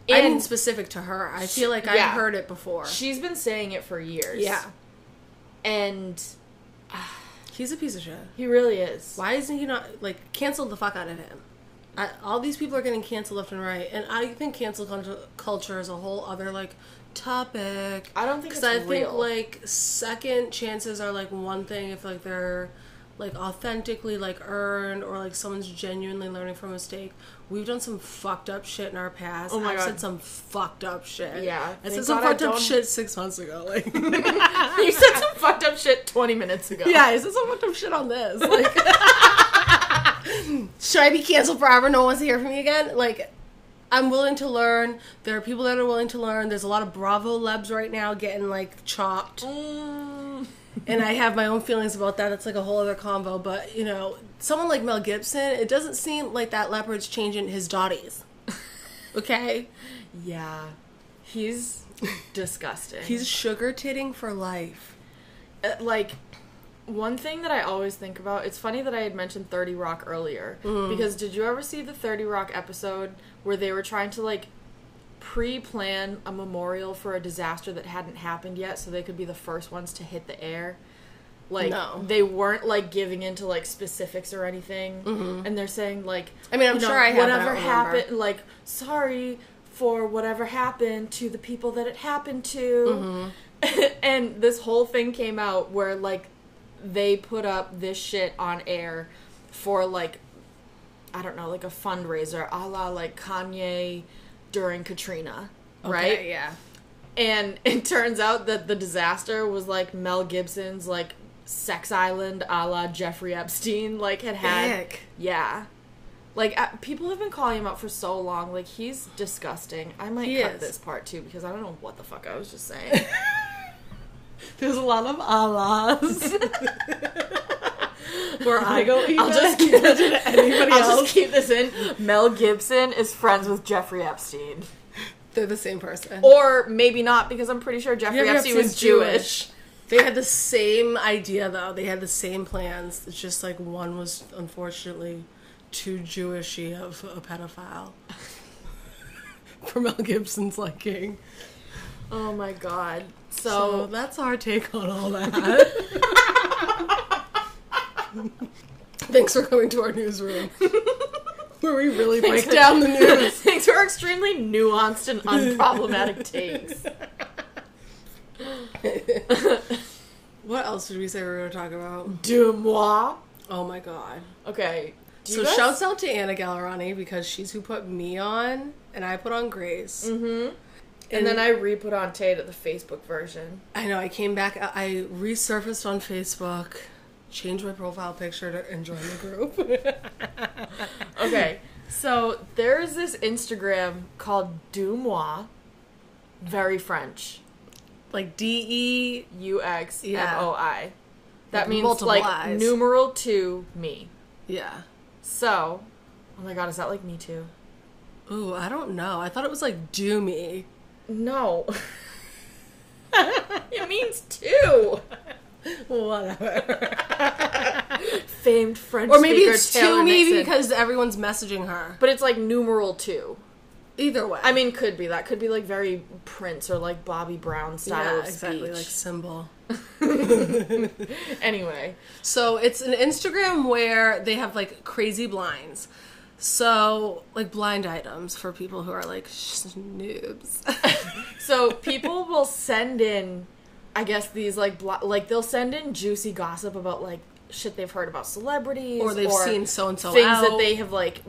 [SPEAKER 2] I
[SPEAKER 1] And
[SPEAKER 2] mean specific to her. I feel like I
[SPEAKER 1] Yeah.
[SPEAKER 2] heard it before.
[SPEAKER 1] she's been saying it for years.
[SPEAKER 2] yeah,
[SPEAKER 1] And
[SPEAKER 2] he's a piece of shit.
[SPEAKER 1] he really is.
[SPEAKER 2] Why isn't he not like cancel the fuck out of him? I, all these people are getting canceled left and right, and I think cancel culture- culture is a whole other like topic.
[SPEAKER 1] I don't think
[SPEAKER 2] because
[SPEAKER 1] it's
[SPEAKER 2] I
[SPEAKER 1] real.
[SPEAKER 2] think like second chances are like one thing if like they're like authentically like earned or like someone's genuinely learning from a mistake. We've done some fucked up shit in our past.
[SPEAKER 1] Oh my
[SPEAKER 2] I've
[SPEAKER 1] God.
[SPEAKER 2] said some fucked up shit.
[SPEAKER 1] Yeah,
[SPEAKER 2] I
[SPEAKER 1] thank
[SPEAKER 2] said some
[SPEAKER 1] God I
[SPEAKER 2] fucked up
[SPEAKER 1] don't-
[SPEAKER 2] shit six months ago. Like
[SPEAKER 1] you said some fucked up shit 20 minutes ago.
[SPEAKER 2] Yeah, is this so much of shit on this? Like, should I be canceled forever? No one wants to hear from me again. Like, I'm willing to learn. There are people that are willing to learn. There's a lot of Bravo lebs right now getting like chopped,
[SPEAKER 1] Mm,
[SPEAKER 2] and I have my own feelings about that. It's like a whole other convo. But you know, someone like Mel Gibson, it doesn't seem like that leopard's changing his dotties. Okay,
[SPEAKER 1] yeah. He's disgusting.
[SPEAKER 2] he's sugar titting for life.
[SPEAKER 1] Uh, like one thing that I always think about. It's funny that I had mentioned 30 Rock earlier
[SPEAKER 2] Mm-hmm.
[SPEAKER 1] because did you ever see the 30 Rock episode where they were trying to like pre-plan a memorial for a disaster that hadn't happened yet so they could be the first ones to hit the air? Like
[SPEAKER 2] No.
[SPEAKER 1] they weren't like giving into like specifics or anything,
[SPEAKER 2] Mm-hmm.
[SPEAKER 1] and they're saying like
[SPEAKER 2] I mean, I'm
[SPEAKER 1] you know,
[SPEAKER 2] sure I have that, I
[SPEAKER 1] whatever
[SPEAKER 2] don't remember.
[SPEAKER 1] happened. Like sorry for whatever happened to the people that it happened to,
[SPEAKER 2] Mm-hmm.
[SPEAKER 1] and this whole thing came out where like they put up this shit on air for like I don't know, like a fundraiser, a la like Kanye during Katrina, right?
[SPEAKER 2] Yeah.
[SPEAKER 1] And it turns out that the disaster was like Mel Gibson's like sex island, a la Jeffrey Epstein, like had had.
[SPEAKER 2] Ick.
[SPEAKER 1] Yeah. Like uh, people have been calling him out for so long. Like he's disgusting. I might
[SPEAKER 2] He
[SPEAKER 1] cut
[SPEAKER 2] is.
[SPEAKER 1] this part too because I don't know what the fuck I was just saying.
[SPEAKER 2] There's a lot of alas. Where I go,
[SPEAKER 1] I'll just keep
[SPEAKER 2] to anybody
[SPEAKER 1] I'll just keep this in. Mel Gibson is friends with Jeffrey Epstein.
[SPEAKER 2] They're the same person.
[SPEAKER 1] Or maybe not, because I'm pretty sure Jeffrey
[SPEAKER 2] Jeffrey
[SPEAKER 1] Epstein was
[SPEAKER 2] Epstein's
[SPEAKER 1] Jewish.
[SPEAKER 2] They had the same idea, though. They had the same plans. It's just like one was unfortunately too Jewishy of a pedophile for Mel Gibson's liking.
[SPEAKER 1] Oh my god.
[SPEAKER 2] So
[SPEAKER 1] So,
[SPEAKER 2] that's our take on all that. Thanks for coming to our newsroom, where we really break
[SPEAKER 1] for-
[SPEAKER 2] down the news.
[SPEAKER 1] things are extremely nuanced and unproblematic takes.
[SPEAKER 2] What else did we say we were going to talk about?
[SPEAKER 1] De moi.
[SPEAKER 2] Oh my god.
[SPEAKER 1] Okay. Do you
[SPEAKER 2] So
[SPEAKER 1] guys-
[SPEAKER 2] shouts out to Anna Gallerani because she's who put me on and I put on Grace.
[SPEAKER 1] and then I re put on Tate at the Facebook version.
[SPEAKER 2] I know I came back I I resurfaced on Facebook, changed my profile picture to and joined the group.
[SPEAKER 1] Okay. So there is this Instagram called Do Moi. Very French.
[SPEAKER 2] like D E
[SPEAKER 1] U X M
[SPEAKER 2] Yeah.
[SPEAKER 1] O I. That means
[SPEAKER 2] multiple
[SPEAKER 1] like
[SPEAKER 2] I's.
[SPEAKER 1] numeral two me.
[SPEAKER 2] Yeah.
[SPEAKER 1] So, oh my god, is that like me too?
[SPEAKER 2] Ooh, I don't know. I thought it was like do me.
[SPEAKER 1] No. it means two.
[SPEAKER 2] Whatever.
[SPEAKER 1] Famed French
[SPEAKER 2] Or maybe
[SPEAKER 1] speaker
[SPEAKER 2] it's
[SPEAKER 1] Taylor
[SPEAKER 2] to me
[SPEAKER 1] Nixon.
[SPEAKER 2] because everyone's messaging her.
[SPEAKER 1] but it's like numeral two.
[SPEAKER 2] Either way.
[SPEAKER 1] I mean, could be that could be like very Prince or like Bobby Brown style
[SPEAKER 2] yeah,
[SPEAKER 1] of
[SPEAKER 2] exactly, like
[SPEAKER 1] speech.
[SPEAKER 2] symbol.
[SPEAKER 1] Anyway,
[SPEAKER 2] So it's an Instagram where they have like crazy blinds. So like blind items for people who are like sh- noobs.
[SPEAKER 1] so people will send in, I guess these like blo- like they'll send in juicy gossip about like shit they've heard about celebrities
[SPEAKER 2] or they've seen so and so
[SPEAKER 1] things
[SPEAKER 2] out.
[SPEAKER 1] that they have like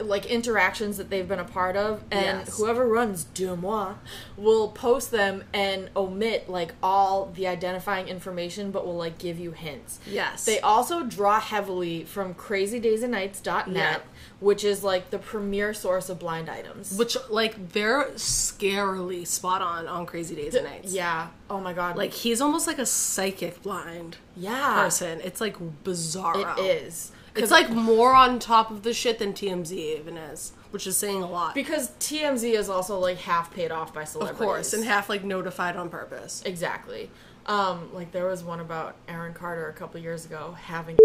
[SPEAKER 1] like interactions that they've been a part of and
[SPEAKER 2] Yes.
[SPEAKER 1] whoever runs Dumois will post them and omit like all the identifying information but will like give you hints.
[SPEAKER 2] yes.
[SPEAKER 1] They also draw heavily from crazydaysandnights.net
[SPEAKER 2] Yeah.
[SPEAKER 1] which is like the premier source of blind items.
[SPEAKER 2] which like they're scarily spot on on Crazy Days and Nights.
[SPEAKER 1] yeah. Oh my god.
[SPEAKER 2] Like he's almost like a psychic blind
[SPEAKER 1] yeah.
[SPEAKER 2] person. It's like bizarro.
[SPEAKER 1] It is.
[SPEAKER 2] It's like more on top of the shit than TMZ even is, which is saying a lot.
[SPEAKER 1] because TMZ is also like half paid off by
[SPEAKER 2] of
[SPEAKER 1] celebrities.
[SPEAKER 2] course, and half like notified on purpose.
[SPEAKER 1] Exactly. Um, like there was one about Aaron Carter a couple years ago having.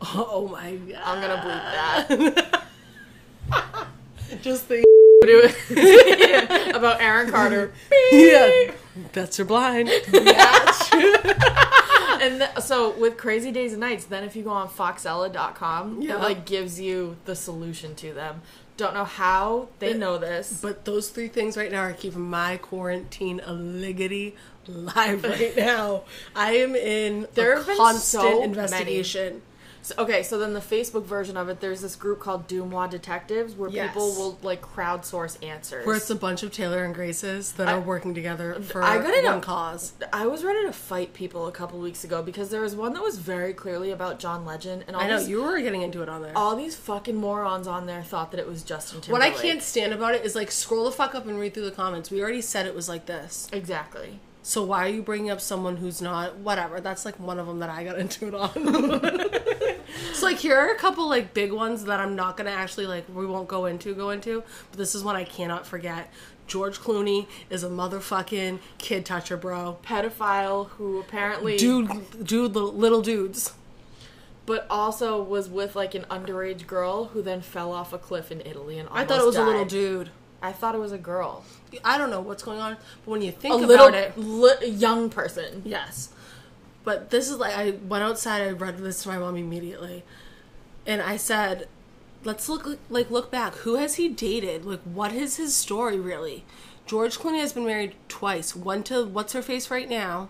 [SPEAKER 2] Oh my god.
[SPEAKER 1] I'm gonna bleep
[SPEAKER 2] just the
[SPEAKER 1] that about Aaron Carter,
[SPEAKER 2] Yeah. That's your blind.
[SPEAKER 1] and and th- so with Crazy Days and Nights, then if you go on foxella.com,
[SPEAKER 2] Yeah.
[SPEAKER 1] it like gives you the solution to them. Don't know how they
[SPEAKER 2] But-
[SPEAKER 1] know this.
[SPEAKER 2] But those three things right now are keeping my quarantine a liggity live right now. I am in
[SPEAKER 1] There
[SPEAKER 2] a
[SPEAKER 1] have been so
[SPEAKER 2] constant
[SPEAKER 1] many.
[SPEAKER 2] investigation.
[SPEAKER 1] So- okay, so then the Facebook version of it, there's this group called Dumois Detectives where
[SPEAKER 2] Yes.
[SPEAKER 1] people will like crowdsource answers.
[SPEAKER 2] Where it's a bunch of Taylor and Graces that
[SPEAKER 1] I-
[SPEAKER 2] are working together for
[SPEAKER 1] I gotta
[SPEAKER 2] one
[SPEAKER 1] know-
[SPEAKER 2] cause.
[SPEAKER 1] I was ready to fight people a couple weeks ago because there was one that was very clearly about John Legend, and all
[SPEAKER 2] I know
[SPEAKER 1] these,
[SPEAKER 2] you were getting into it on there.
[SPEAKER 1] all these fucking morons on there thought that it was Justin
[SPEAKER 2] What I
[SPEAKER 1] Timberlake.
[SPEAKER 2] can't stand about it is like scroll the fuck up and read through the comments. We already said it was like this.
[SPEAKER 1] exactly.
[SPEAKER 2] So why are you bringing up someone who's not whatever? That's like one of them that I got into it on. so like here are a couple like big ones that I'm not gonna actually like we won't go into go into, but this is one I cannot forget. George Clooney is a motherfucking kid toucher, bro.
[SPEAKER 1] Pedophile who apparently,
[SPEAKER 2] Dude, dude, li- little dudes.
[SPEAKER 1] but also was with like an underage girl who then fell off a cliff in Italy and
[SPEAKER 2] I
[SPEAKER 1] almost
[SPEAKER 2] thought it was a little
[SPEAKER 1] died.
[SPEAKER 2] dude.
[SPEAKER 1] I thought it was a girl,
[SPEAKER 2] I don't know what's going on, but when you think
[SPEAKER 1] a
[SPEAKER 2] about
[SPEAKER 1] little
[SPEAKER 2] it,
[SPEAKER 1] li- young person.
[SPEAKER 2] Yes. But this is like I went outside, I read this to my mom immediately. And I said, let's look like look back. Who has he dated? Like what is his story really? George Clooney has been married twice. One to what's her face right now,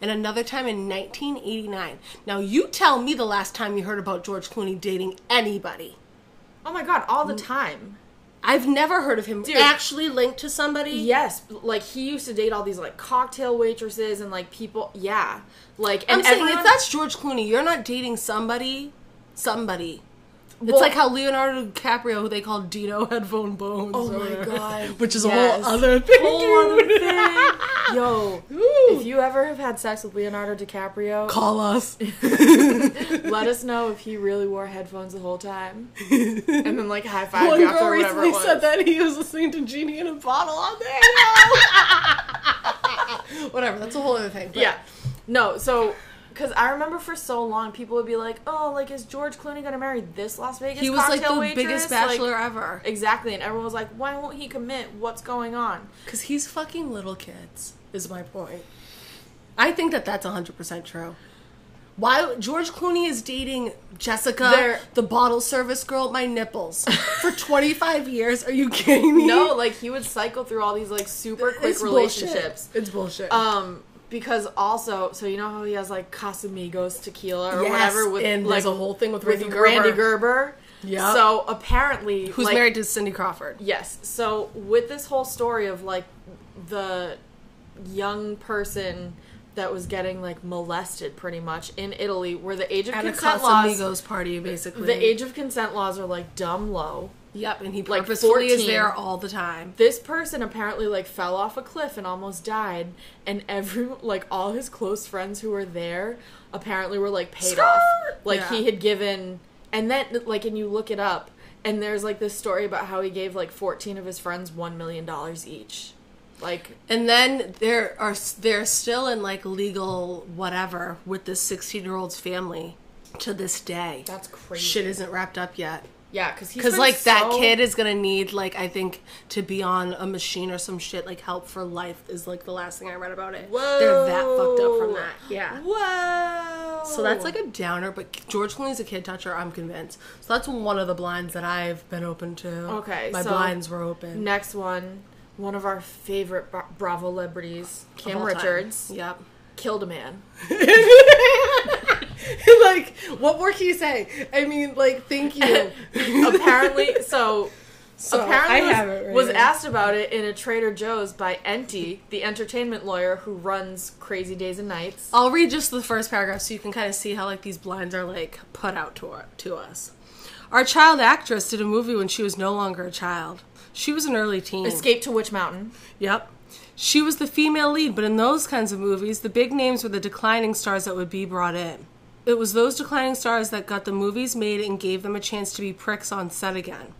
[SPEAKER 2] and another time in 1989. Now you tell me the last time you heard about George Clooney dating anybody.
[SPEAKER 1] Oh my god, all the
[SPEAKER 2] Mm.
[SPEAKER 1] time.
[SPEAKER 2] I've never heard of him
[SPEAKER 1] Dude.
[SPEAKER 2] actually linked to somebody.
[SPEAKER 1] Yes, like he used to date all these like cocktail waitresses and like people. Yeah, like and
[SPEAKER 2] I'm saying
[SPEAKER 1] everyone-
[SPEAKER 2] if that's George Clooney, you're not dating somebody, somebody.
[SPEAKER 1] Well-
[SPEAKER 2] it's like how Leonardo DiCaprio, who they call Dino Headphone Bones,
[SPEAKER 1] Oh my
[SPEAKER 2] or whatever,
[SPEAKER 1] God,
[SPEAKER 2] which is
[SPEAKER 1] yes.
[SPEAKER 2] a whole other thing.
[SPEAKER 1] whole other
[SPEAKER 2] dude.
[SPEAKER 1] thing. Yo, if you ever have had sex with Leonardo DiCaprio,
[SPEAKER 2] Call us.
[SPEAKER 1] let us know if he really wore headphones the whole time. And then like high five
[SPEAKER 2] One
[SPEAKER 1] you after
[SPEAKER 2] girl
[SPEAKER 1] whatever it
[SPEAKER 2] recently
[SPEAKER 1] was.
[SPEAKER 2] said that he was listening to Genie in a Bottle on there. whatever, that's a whole other thing. but-
[SPEAKER 1] Yeah. No, so because I remember for so long people would be like, "Oh, like is George Clooney gonna marry this Las Vegas?"
[SPEAKER 2] he was like
[SPEAKER 1] cocktail
[SPEAKER 2] the
[SPEAKER 1] waitress?
[SPEAKER 2] biggest
[SPEAKER 1] Like,
[SPEAKER 2] bachelor ever
[SPEAKER 1] exactly, and everyone was like, "Why won't he commit? What's going on?"
[SPEAKER 2] because he's fucking little kids. Is my point. I think that that's hundred percent true. Why George Clooney is dating Jessica,
[SPEAKER 1] They're-
[SPEAKER 2] the bottle service girl at my nipples, for 25 years? Are you kidding me?
[SPEAKER 1] No, like he would cycle through all these like super quick
[SPEAKER 2] It's bullshit.
[SPEAKER 1] relationships.
[SPEAKER 2] It's bullshit.
[SPEAKER 1] Um, because also, so you know how he has like Casamigos tequila or
[SPEAKER 2] Yes,
[SPEAKER 1] whatever with
[SPEAKER 2] and
[SPEAKER 1] like
[SPEAKER 2] there's a whole thing with Ruthie Gerber.
[SPEAKER 1] Randy Gerber.
[SPEAKER 2] Yeah.
[SPEAKER 1] So apparently,
[SPEAKER 2] Who's
[SPEAKER 1] like-
[SPEAKER 2] married to Cindy Crawford?
[SPEAKER 1] Yes. So with this whole story of like the young person that was getting like molested pretty much in Italy, where the age of
[SPEAKER 2] At a
[SPEAKER 1] consent laws,
[SPEAKER 2] Casamigos party, basically.
[SPEAKER 1] the age of consent laws are like dumb low.
[SPEAKER 2] Yep, and he
[SPEAKER 1] like,
[SPEAKER 2] purposefully is
[SPEAKER 1] 14.
[SPEAKER 2] there all the time.
[SPEAKER 1] this person apparently like fell off a cliff and almost died and every like all his close friends who were there apparently were like paid off like
[SPEAKER 2] Yeah.
[SPEAKER 1] he had given and then like and you look it up and there's like this story about how he gave like 14 of his friends 1 million dollars each like
[SPEAKER 2] And then there are they're still in like legal whatever with this 16 year old's family to this day.
[SPEAKER 1] that's crazy
[SPEAKER 2] Shit isn't wrapped up yet.
[SPEAKER 1] yeah because
[SPEAKER 2] Because like that kid is gonna need like I think to be on a machine or some shit like help for life is like the last thing I read about it.
[SPEAKER 1] Whoa.
[SPEAKER 2] They're that fucked up from that. Yeah.
[SPEAKER 1] whoa
[SPEAKER 2] So that's like a downer, but George Clooney's a kid toucher. I'm convinced. So that's one of the blinds that I've been open to.
[SPEAKER 1] Okay,
[SPEAKER 2] my
[SPEAKER 1] so-
[SPEAKER 2] blinds were open.
[SPEAKER 1] next one one of our favorite Bra- bravo celebrities
[SPEAKER 2] Of
[SPEAKER 1] cam
[SPEAKER 2] all time.
[SPEAKER 1] richards
[SPEAKER 2] Yep.
[SPEAKER 1] killed a man
[SPEAKER 2] like, what more can you say? I mean, like, thank you.
[SPEAKER 1] apparently so,
[SPEAKER 2] So,
[SPEAKER 1] apparently
[SPEAKER 2] I
[SPEAKER 1] was,
[SPEAKER 2] have it right
[SPEAKER 1] was
[SPEAKER 2] here.
[SPEAKER 1] asked about it in a Trader Joe's by Enti, the entertainment lawyer who runs Crazy Days and Nights.
[SPEAKER 2] I'll read just the first paragraph so you can kind of see how like these blinds are like put out to, our, to us. Our child actress did a movie when she was no longer a child. She was an early teen.
[SPEAKER 1] Escape to Witch Mountain.
[SPEAKER 2] Yep. She was the female lead, but in those kinds of movies, the big names were the declining stars that would be brought in. It was those declining stars that got the movies made and gave them a chance to be pricks on set again.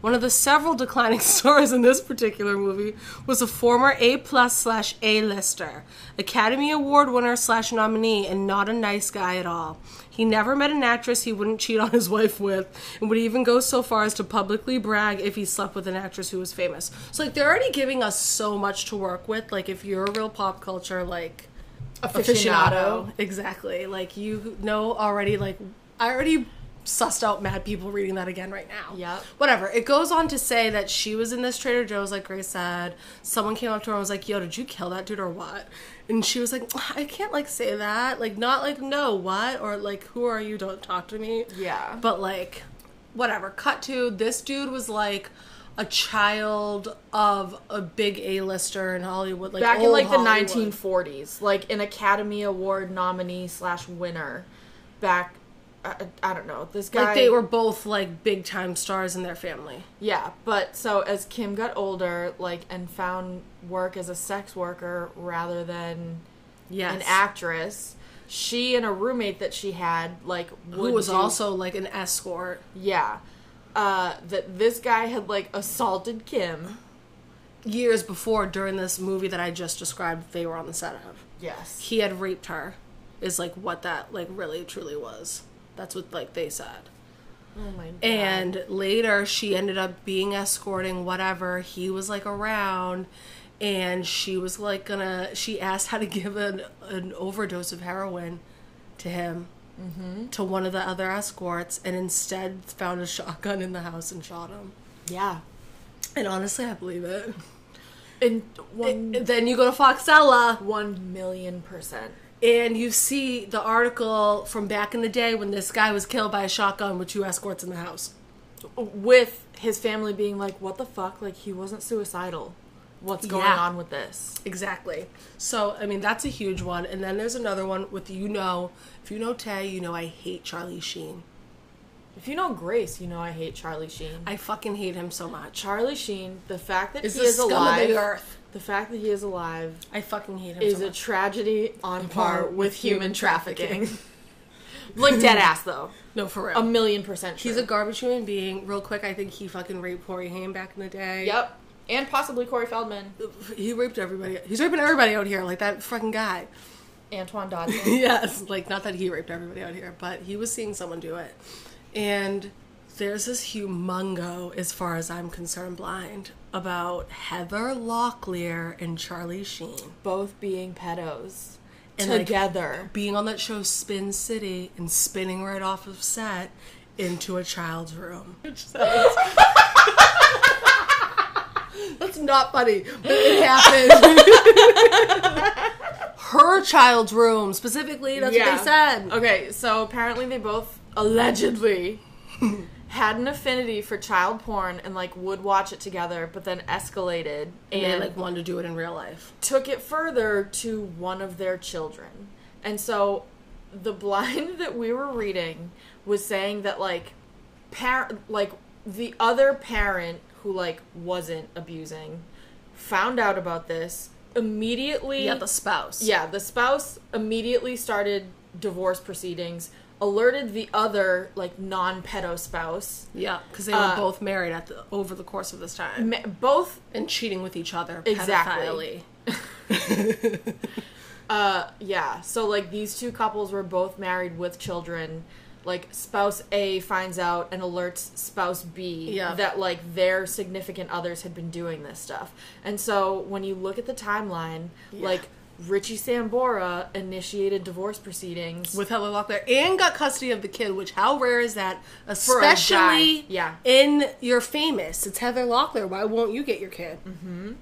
[SPEAKER 2] One of the several declining stars in this particular movie was a former A plus slash A lister, Academy Award winner slash nominee, and not a nice guy at all. He never met an actress he wouldn't cheat on his wife with, and would even go so far as to publicly brag if he slept with an actress who was famous. So like they're already giving us so much to work with. Like if you're a real pop culture like
[SPEAKER 1] Aficionado.
[SPEAKER 2] Exactly. Like you know already. Like I already sussed out mad people reading that again right now.
[SPEAKER 1] Yep.
[SPEAKER 2] Whatever. It goes on to say that she was in this Trader Joe's, like Grace said. Someone came up to her and was like, "Yo, did you kill that dude or what?" And she was like, "I can't like say that. Like not like no what or like who are you? Don't talk to me."
[SPEAKER 1] Yeah.
[SPEAKER 2] But like, whatever. Cut to this dude was like. A child of a big A-lister in Hollywood, like
[SPEAKER 1] Back in
[SPEAKER 2] old
[SPEAKER 1] like the
[SPEAKER 2] Hollywood.
[SPEAKER 1] 1940s, like an Academy Award nominee slash winner. Back, I, I don't know. This guy.
[SPEAKER 2] Like they were both like big time stars in their family.
[SPEAKER 1] Yeah, but so as Kim got older, like, and found work as a sex worker rather than
[SPEAKER 2] Yes.
[SPEAKER 1] an actress, she and a roommate that she had, like,
[SPEAKER 2] who
[SPEAKER 1] would
[SPEAKER 2] was
[SPEAKER 1] do-
[SPEAKER 2] also like an escort.
[SPEAKER 1] yeah, uh, that this guy had like assaulted Kim.
[SPEAKER 2] Years before during this movie that I just described they were on the set of.
[SPEAKER 1] Yes.
[SPEAKER 2] He had raped her is like what that like really truly was. That's what like they said.
[SPEAKER 1] Oh my god.
[SPEAKER 2] And later she ended up being escorting whatever. He was like around and she was like gonna she asked how to give an an overdose of heroin to him. To one of the other escorts, and instead found a shotgun in the house and shot him.
[SPEAKER 1] yeah.
[SPEAKER 2] And honestly, I believe it.
[SPEAKER 1] And one
[SPEAKER 2] Then you go to Foxella,
[SPEAKER 1] one million percent.
[SPEAKER 2] and you see the article from back in the day when this guy was killed by a shotgun with two escorts in the house.
[SPEAKER 1] With his family being like, "What the fuck? Like he wasn't suicidal. What's going
[SPEAKER 2] Yeah.
[SPEAKER 1] on with this?"
[SPEAKER 2] Exactly. So, I mean, that's a huge one. And then there's another one with you know, if you know Tay, you know I hate Charlie Sheen.
[SPEAKER 1] If you know Grace, you know I hate Charlie Sheen.
[SPEAKER 2] I fucking hate him so much.
[SPEAKER 1] Charlie Sheen, the fact that
[SPEAKER 2] Is
[SPEAKER 1] he
[SPEAKER 2] the
[SPEAKER 1] is
[SPEAKER 2] scum of the
[SPEAKER 1] alive,
[SPEAKER 2] earth.
[SPEAKER 1] the fact that he is alive
[SPEAKER 2] I fucking hate him
[SPEAKER 1] is
[SPEAKER 2] so
[SPEAKER 1] a
[SPEAKER 2] much.
[SPEAKER 1] tragedy on
[SPEAKER 2] par
[SPEAKER 1] par
[SPEAKER 2] with
[SPEAKER 1] with
[SPEAKER 2] human
[SPEAKER 1] human trafficking. like dead ass though,
[SPEAKER 2] no, for real.
[SPEAKER 1] a million percent.
[SPEAKER 2] He's
[SPEAKER 1] true.
[SPEAKER 2] a garbage human being. Real quick, I think he fucking raped Corey Haim back in the day.
[SPEAKER 1] yep, and possibly Corey Feldman,
[SPEAKER 2] He raped everybody. He's raping everybody out here, like that fucking guy.
[SPEAKER 1] Antoine Dodson.
[SPEAKER 2] yes, like not that he raped everybody out here, but he was seeing someone do it. And there's this humongo, as far as I'm concerned, blind about Heather Locklear and Charlie Sheen
[SPEAKER 1] both being pedos
[SPEAKER 2] And, like,
[SPEAKER 1] together.
[SPEAKER 2] being on that show Spin City and spinning right off of set into a child's room. That's not funny, but it happened. Her child's room specifically. That's what they said.
[SPEAKER 1] Okay, so apparently they both allegedly had an affinity for child porn and like would watch it together, but then escalated and,
[SPEAKER 2] and they like wanted to do it in real life.
[SPEAKER 1] took it further to one of their children. And so the blind that we were reading was saying that like par- like the other parent who like wasn't abusing found out about this immediately
[SPEAKER 2] Yeah, the spouse.
[SPEAKER 1] yeah, the spouse immediately started divorce proceedings, alerted the other like non-pedo spouse.
[SPEAKER 2] yeah, because they were
[SPEAKER 1] Uh,
[SPEAKER 2] both married at the, over the course of this time
[SPEAKER 1] Ma- both
[SPEAKER 2] and cheating with each other
[SPEAKER 1] Exactly.
[SPEAKER 2] pedophilely.
[SPEAKER 1] Yeah. So like these two couples were both married with children. Like spouse A finds out and alerts spouse B
[SPEAKER 2] Yeah.
[SPEAKER 1] that like their significant others had been doing this stuff. And so when you look at the timeline, like Richie Sambora initiated divorce proceedings.
[SPEAKER 2] with Heather Locklear and got custody of the kid, which how rare is that?
[SPEAKER 1] a guy,
[SPEAKER 2] Especially
[SPEAKER 1] yeah.
[SPEAKER 2] in you're famous. It's Heather Locklear. Why won't you get your kid?
[SPEAKER 1] Mm-hmm.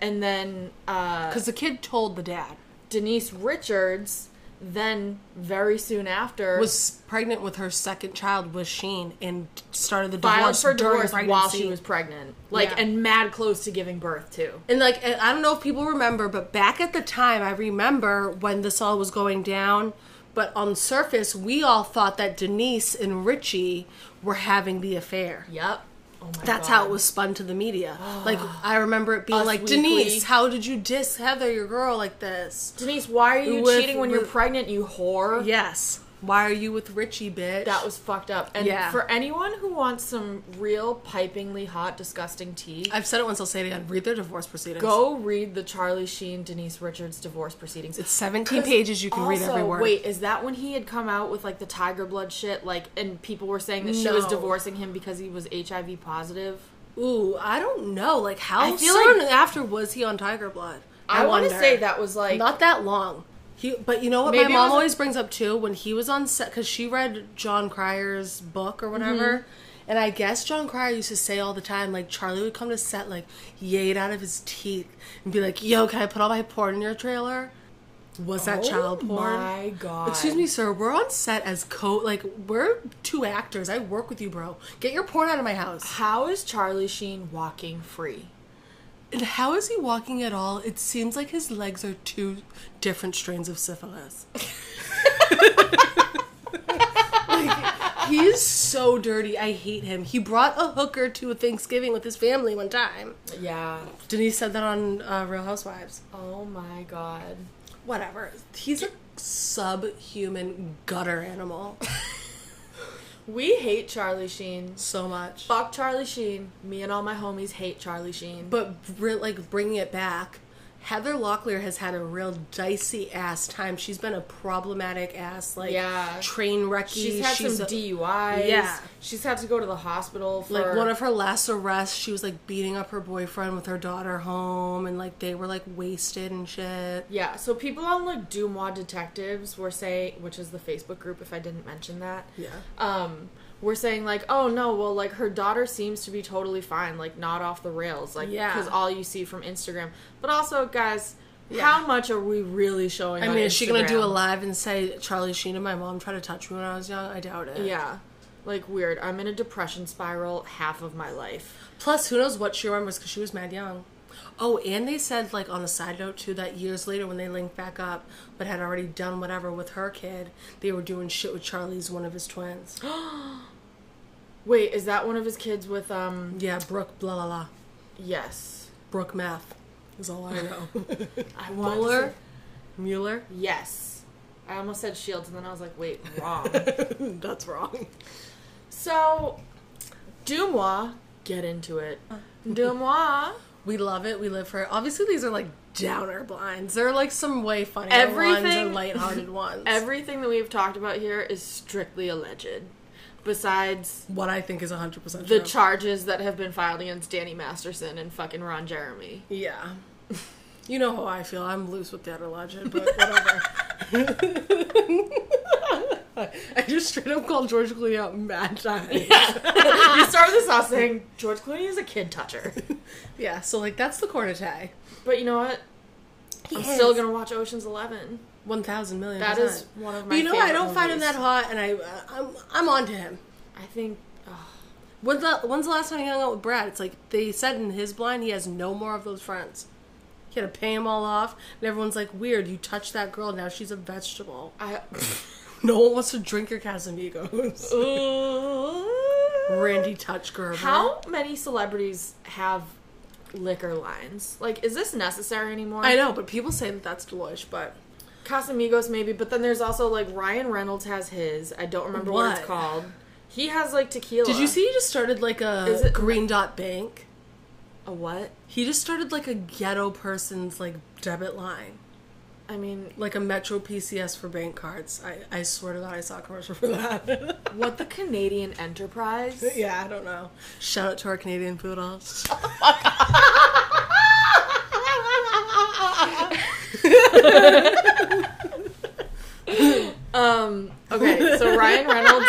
[SPEAKER 1] and then uh
[SPEAKER 2] Because the kid told the dad
[SPEAKER 1] Denise Richards then very soon after
[SPEAKER 2] was pregnant with her second child with Sheen and started the
[SPEAKER 1] filed
[SPEAKER 2] divorce
[SPEAKER 1] for
[SPEAKER 2] during
[SPEAKER 1] divorce
[SPEAKER 2] pregnancy.
[SPEAKER 1] while she was pregnant. Like
[SPEAKER 2] Yeah.
[SPEAKER 1] and mad close to giving birth too.
[SPEAKER 2] And like I I don't know if people remember, but back at the time, I remember when this all was going down. But on the surface, we all thought that Denise and Richie were having the affair.
[SPEAKER 1] Yep. Oh my
[SPEAKER 2] That's
[SPEAKER 1] God.
[SPEAKER 2] how it was spun to the media. like I remember it being
[SPEAKER 1] Us
[SPEAKER 2] like,
[SPEAKER 1] Weekly.
[SPEAKER 2] Denise, how did you diss Heather, your girl, like this?
[SPEAKER 1] Denise, why are you
[SPEAKER 2] With-
[SPEAKER 1] cheating when you're
[SPEAKER 2] with-
[SPEAKER 1] pregnant, you whore?
[SPEAKER 2] Yes. Why are you with Richie, bitch?
[SPEAKER 1] That was fucked up. And
[SPEAKER 2] Yeah.
[SPEAKER 1] for anyone who wants some real pipingly hot, disgusting tea,
[SPEAKER 2] I've said it once. I'll say it again. Read their divorce proceedings.
[SPEAKER 1] go read the Charlie Sheen Denise Richards divorce proceedings.
[SPEAKER 2] It's seventeen pages. You can read
[SPEAKER 1] Also,
[SPEAKER 2] every word.
[SPEAKER 1] Wait, is that when he had come out with like the tiger blood shit? Like, and people were saying that she was
[SPEAKER 2] No.
[SPEAKER 1] divorcing him because he was HIV positive.
[SPEAKER 2] Ooh, I don't know. Like how
[SPEAKER 1] I feel
[SPEAKER 2] soon
[SPEAKER 1] like-
[SPEAKER 2] after was he on Tiger Blood?
[SPEAKER 1] I, want to
[SPEAKER 2] wonder.
[SPEAKER 1] say that was like
[SPEAKER 2] not that long. He, but you know what?
[SPEAKER 1] Maybe
[SPEAKER 2] my
[SPEAKER 1] it
[SPEAKER 2] mom
[SPEAKER 1] was a-
[SPEAKER 2] always brings up too when he was on set because she read John Cryer's book or whatever,
[SPEAKER 1] Mm-hmm.
[SPEAKER 2] and I guess John Cryer used to say all the time like Charlie would come to set like yayed out of his teeth and be like, "Yo, can I put all my porn in your trailer?" Was that child porn?
[SPEAKER 1] Oh My God.
[SPEAKER 2] Excuse me, sir. We're on set as co like we're two actors. I work with you, bro. Get your porn out of my house.
[SPEAKER 1] How is Charlie Sheen walking free?
[SPEAKER 2] And how is he walking at all? It seems like his legs are two different strains of syphilis. like, he is so dirty. I hate him. He brought a hooker to Thanksgiving with his family one time.
[SPEAKER 1] Yeah.
[SPEAKER 2] Denise said that on uh, Real Housewives.
[SPEAKER 1] Oh my God.
[SPEAKER 2] Whatever. He's a subhuman gutter animal.
[SPEAKER 1] We hate Charlie Sheen.
[SPEAKER 2] So much.
[SPEAKER 1] Fuck Charlie Sheen. Me and all my homies hate Charlie Sheen.
[SPEAKER 2] But re- like bringing it back, Heather Locklear has had a real dicey ass time. She's been a problematic ass like
[SPEAKER 1] Yeah.
[SPEAKER 2] train wreck.
[SPEAKER 1] she's had some DUIs.
[SPEAKER 2] Yeah.
[SPEAKER 1] She's had to go to the hospital for
[SPEAKER 2] like one of her last arrests, she was like beating up her boyfriend with her daughter home, and like they were like wasted and shit.
[SPEAKER 1] Yeah, so people on like Dumois Detectives were saying, which is the Facebook group, if I didn't mention that,
[SPEAKER 2] Yeah,
[SPEAKER 1] um, were saying like, oh no, well like her daughter seems to be totally fine, like not off the rails, like
[SPEAKER 2] Yeah.
[SPEAKER 1] because all you see from Instagram. But also, guys,
[SPEAKER 2] Yeah.
[SPEAKER 1] how much are we really showing?
[SPEAKER 2] I
[SPEAKER 1] on
[SPEAKER 2] mean, is she gonna do a
[SPEAKER 1] Instagram?
[SPEAKER 2] live and say Charlie Sheen and my mom tried to touch me when I was young? I doubt it.
[SPEAKER 1] Yeah, like weird. I'm in a depression spiral half of my life.
[SPEAKER 2] Plus, who knows what she remembers because she was mad young. Oh, and they said, like, on a side note, too, that years later when they linked back up but had already done whatever with her kid, they were doing shit with Charlie's one of his twins.
[SPEAKER 1] Wait, is that one of his kids with um?
[SPEAKER 2] yeah, Brooke, blah, blah, blah.
[SPEAKER 1] Yes,
[SPEAKER 2] Brooke Math is all I know.
[SPEAKER 1] I want to
[SPEAKER 2] Mueller?
[SPEAKER 1] say-
[SPEAKER 2] Mueller?
[SPEAKER 1] Yes, I almost said Shields, and then I was like, wait, wrong.
[SPEAKER 2] That's wrong.
[SPEAKER 1] So, Dumois, get into it.
[SPEAKER 2] Uh.
[SPEAKER 1] Dumois.
[SPEAKER 2] We love it. We live for it. Obviously, these are, like, downer blinds. They're, like, some way funnier ones or
[SPEAKER 1] Everything-
[SPEAKER 2] lighthearted ones.
[SPEAKER 1] Everything that we've talked about here is strictly alleged, besides
[SPEAKER 2] what I think is 100%
[SPEAKER 1] the
[SPEAKER 2] true.
[SPEAKER 1] charges that have been filed against Danny Masterson and fucking Ron Jeremy.
[SPEAKER 2] Yeah. You know how I feel. I'm loose with the other logic, but whatever. I just straight up called George Clooney out mad times. Yeah.
[SPEAKER 1] you started this off saying George Clooney is a kid toucher,
[SPEAKER 2] so like that's the cornetay.
[SPEAKER 1] but you know what? I'm still gonna watch Ocean's Eleven.
[SPEAKER 2] One thousand million.
[SPEAKER 1] That
[SPEAKER 2] percent.
[SPEAKER 1] is one of
[SPEAKER 2] But
[SPEAKER 1] my.
[SPEAKER 2] you know I
[SPEAKER 1] favorite
[SPEAKER 2] don't find him
[SPEAKER 1] movies.
[SPEAKER 2] that hot, and I uh, I'm I'm on to him.
[SPEAKER 1] I think. Oh,
[SPEAKER 2] When's the When's the last time he hung out with Brad? It's like they said in his blind he has no more of those friends. He had to pay them all off, and everyone's like, "Weird, you touched that girl. Now she's a vegetable.
[SPEAKER 1] I.
[SPEAKER 2] No one wants to drink your Casamigos."
[SPEAKER 1] Ooh.
[SPEAKER 2] Randy Touch Gerber.
[SPEAKER 1] How many celebrities have liquor lines? Like, is this necessary anymore?
[SPEAKER 2] I know, but people say that that's Deloitte, but
[SPEAKER 1] Casamigos maybe, but then there's also like Ryan Reynolds has his. I don't remember what,
[SPEAKER 2] What?
[SPEAKER 1] it's called. He has like tequila.
[SPEAKER 2] did you see he just started like a
[SPEAKER 1] Is it-
[SPEAKER 2] Green Dot Bank?
[SPEAKER 1] a what?
[SPEAKER 2] He just started like a ghetto person's like debit line,
[SPEAKER 1] I mean,
[SPEAKER 2] like a Metro PCS for bank cards. I, I swear to God, I saw a commercial for that.
[SPEAKER 1] what the Canadian enterprise?
[SPEAKER 2] yeah, I don't know. Shout out to our Canadian poodles.
[SPEAKER 1] um. Okay, so Ryan Reynolds.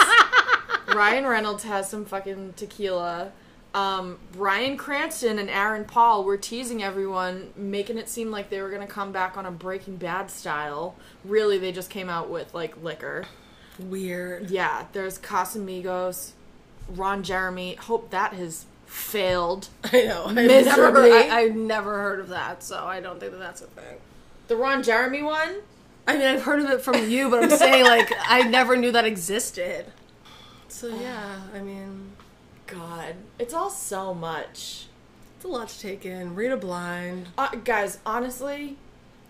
[SPEAKER 1] Ryan Reynolds has some fucking tequila. Um, Brian Cranston and Aaron Paul were teasing everyone, making it seem like they were gonna come back on a Breaking Bad style. Really, they just came out with like liquor.
[SPEAKER 2] Weird.
[SPEAKER 1] Yeah, there's Casamigos, Ron Jeremy. Hope that has failed.
[SPEAKER 2] I know. I've never, heard-
[SPEAKER 1] Miserably.
[SPEAKER 2] I, I've never heard of that, so I don't think that that's a thing.
[SPEAKER 1] The Ron Jeremy one?
[SPEAKER 2] I mean, I've heard of it from you, but I'm saying like I never knew that existed. So yeah, I mean,
[SPEAKER 1] God, it's all so much.
[SPEAKER 2] it's a lot to take in. Read a blind.
[SPEAKER 1] Uh, guys, honestly,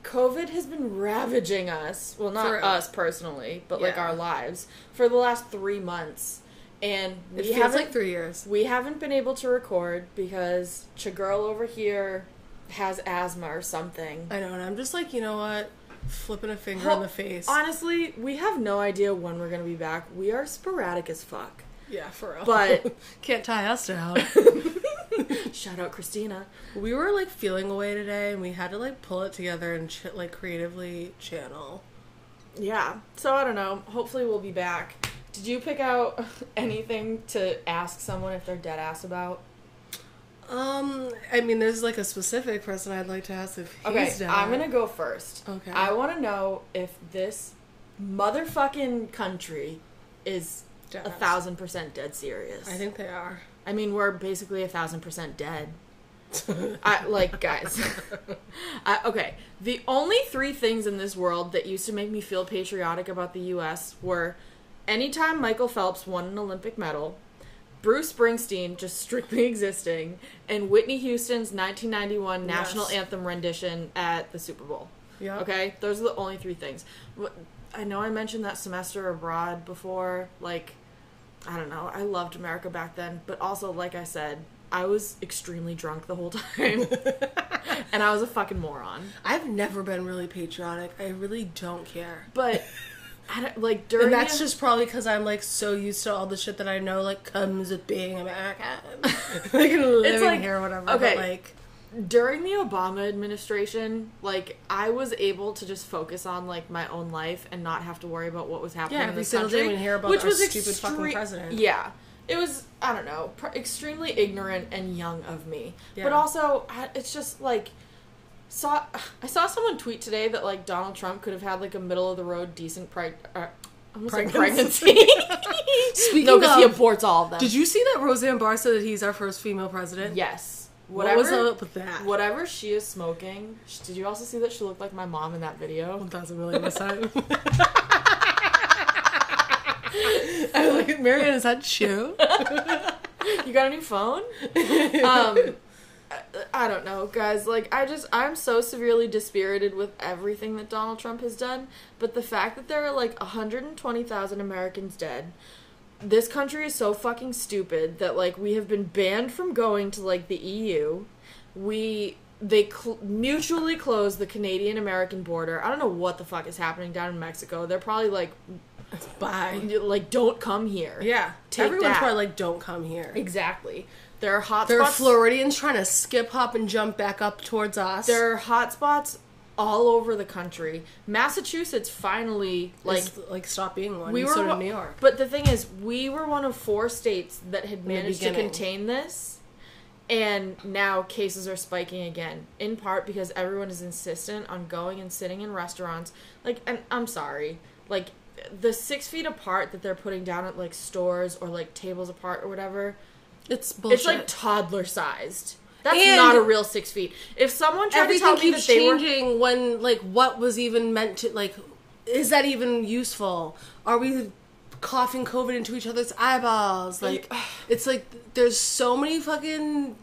[SPEAKER 1] COVID has been ravaging us. Well, not
[SPEAKER 2] For real.
[SPEAKER 1] us personally, but like
[SPEAKER 2] Yeah.
[SPEAKER 1] our lives for the last three months. And we
[SPEAKER 2] It feels
[SPEAKER 1] haven't
[SPEAKER 2] like three years.
[SPEAKER 1] we haven't been able to record because Chagirl over here has asthma or something.
[SPEAKER 2] I know, and I'm just like, you know what? Flipping a finger in the face.
[SPEAKER 1] Honestly, we have no idea when we're gonna be back. We are sporadic as fuck.
[SPEAKER 2] yeah, for real.
[SPEAKER 1] But-
[SPEAKER 2] can't tie us down.
[SPEAKER 1] Shout out Christina.
[SPEAKER 2] we were like feeling away today, and we had to like pull it together and ch- like creatively channel
[SPEAKER 1] yeah. So I don't know. Hopefully we'll be back. Did you pick out anything to ask someone if they're dead ass about?
[SPEAKER 2] Um, I mean, there's like a specific person I'd like to ask if he's
[SPEAKER 1] Okay,
[SPEAKER 2] down.
[SPEAKER 1] I'm gonna go first.
[SPEAKER 2] Okay.
[SPEAKER 1] I want to know if this motherfucking country is
[SPEAKER 2] Dead
[SPEAKER 1] a
[SPEAKER 2] ass.
[SPEAKER 1] thousand percent dead serious.
[SPEAKER 2] I think they are.
[SPEAKER 1] I mean, we're basically a thousand percent dead. I, like, guys. I, okay, the only three things in this world that used to make me feel patriotic about the U.S. were anytime Michael Phelps won an Olympic medal, Bruce Springsteen just strictly existing, and Whitney Houston's 1991 national
[SPEAKER 2] Yes.
[SPEAKER 1] anthem rendition at the Super Bowl.
[SPEAKER 2] Yeah.
[SPEAKER 1] Okay, those are the only three things. Wh- I know I mentioned that semester abroad before. Like, I don't know. I loved America back then, but also, like I said, I was extremely drunk the whole time, and I was a fucking moron.
[SPEAKER 2] I've never been really patriotic. I really don't care.
[SPEAKER 1] But I don't, like during
[SPEAKER 2] And that's just probably because I'm like so used to all the shit that I know like comes with being American. like living
[SPEAKER 1] like-
[SPEAKER 2] here, or whatever.
[SPEAKER 1] okay.
[SPEAKER 2] But like,
[SPEAKER 1] during the Obama administration, like I was able to just focus on like my own life and not have to worry about what was happening.
[SPEAKER 2] Yeah,
[SPEAKER 1] in
[SPEAKER 2] every
[SPEAKER 1] this
[SPEAKER 2] single day
[SPEAKER 1] country,
[SPEAKER 2] we'd hear about
[SPEAKER 1] which
[SPEAKER 2] our
[SPEAKER 1] was
[SPEAKER 2] stupid fucking
[SPEAKER 1] extre-
[SPEAKER 2] president.
[SPEAKER 1] Yeah, it was I don't know, pr- extremely ignorant and young of me. But
[SPEAKER 2] Yeah.
[SPEAKER 1] also, I, it's just like saw I saw someone tweet today that like Donald Trump could have had like a middle of the road decent preg- uh, I almost said
[SPEAKER 2] Pregnancy.
[SPEAKER 1] pregnancy.
[SPEAKER 2] Speaking
[SPEAKER 1] no, because he
[SPEAKER 2] of-
[SPEAKER 1] aborts all of them.
[SPEAKER 2] did you see that Roseanne Barr said that he's our first female president?
[SPEAKER 1] Yes.
[SPEAKER 2] What was up with that?
[SPEAKER 1] Whatever she is smoking, sh- did you also see that she looked like my mom in that video?
[SPEAKER 2] One thousand million percent. I look at Marianne. Is that you?
[SPEAKER 1] You got a new phone? um, I, I don't know, guys. Like, I just, I'm so severely dispirited with everything that Donald Trump has done. But the fact that there are like 120,000 Americans dead, this country is so fucking stupid that like we have been banned from going to like the EU. We they cl- mutually closed the Canadian American border. I don't know what the fuck is happening down in Mexico. They're probably like
[SPEAKER 2] Bye.
[SPEAKER 1] like don't come here.
[SPEAKER 2] Yeah.
[SPEAKER 1] Take
[SPEAKER 2] Everyone's
[SPEAKER 1] that.
[SPEAKER 2] probably like, don't come here.
[SPEAKER 1] Exactly. There are hot
[SPEAKER 2] There are
[SPEAKER 1] spots.
[SPEAKER 2] Floridians trying to skip, hop, and jump back up towards us.
[SPEAKER 1] there are hot spots all over the country. Massachusetts finally like
[SPEAKER 2] It's, like stop being one.
[SPEAKER 1] we
[SPEAKER 2] We
[SPEAKER 1] were
[SPEAKER 2] so did
[SPEAKER 1] one-
[SPEAKER 2] New York.
[SPEAKER 1] But the thing is, we were one of four states that had
[SPEAKER 2] the
[SPEAKER 1] managed to
[SPEAKER 2] beginning.
[SPEAKER 1] contain this, and now cases are spiking again. In part because everyone is insistent on going and sitting in restaurants. Like, and I'm sorry, like the six feet apart that they're putting down at like stores or like tables apart or whatever.
[SPEAKER 2] It's bullshit.
[SPEAKER 1] It's like toddler sized. That's
[SPEAKER 2] Oh, And-
[SPEAKER 1] not a real six feet. If someone tried to tell me
[SPEAKER 2] everything
[SPEAKER 1] that
[SPEAKER 2] keeps
[SPEAKER 1] they were
[SPEAKER 2] changing when like what was even meant to like is that even useful are we coughing covid into each other's eyeballs like it's like there's so many fucking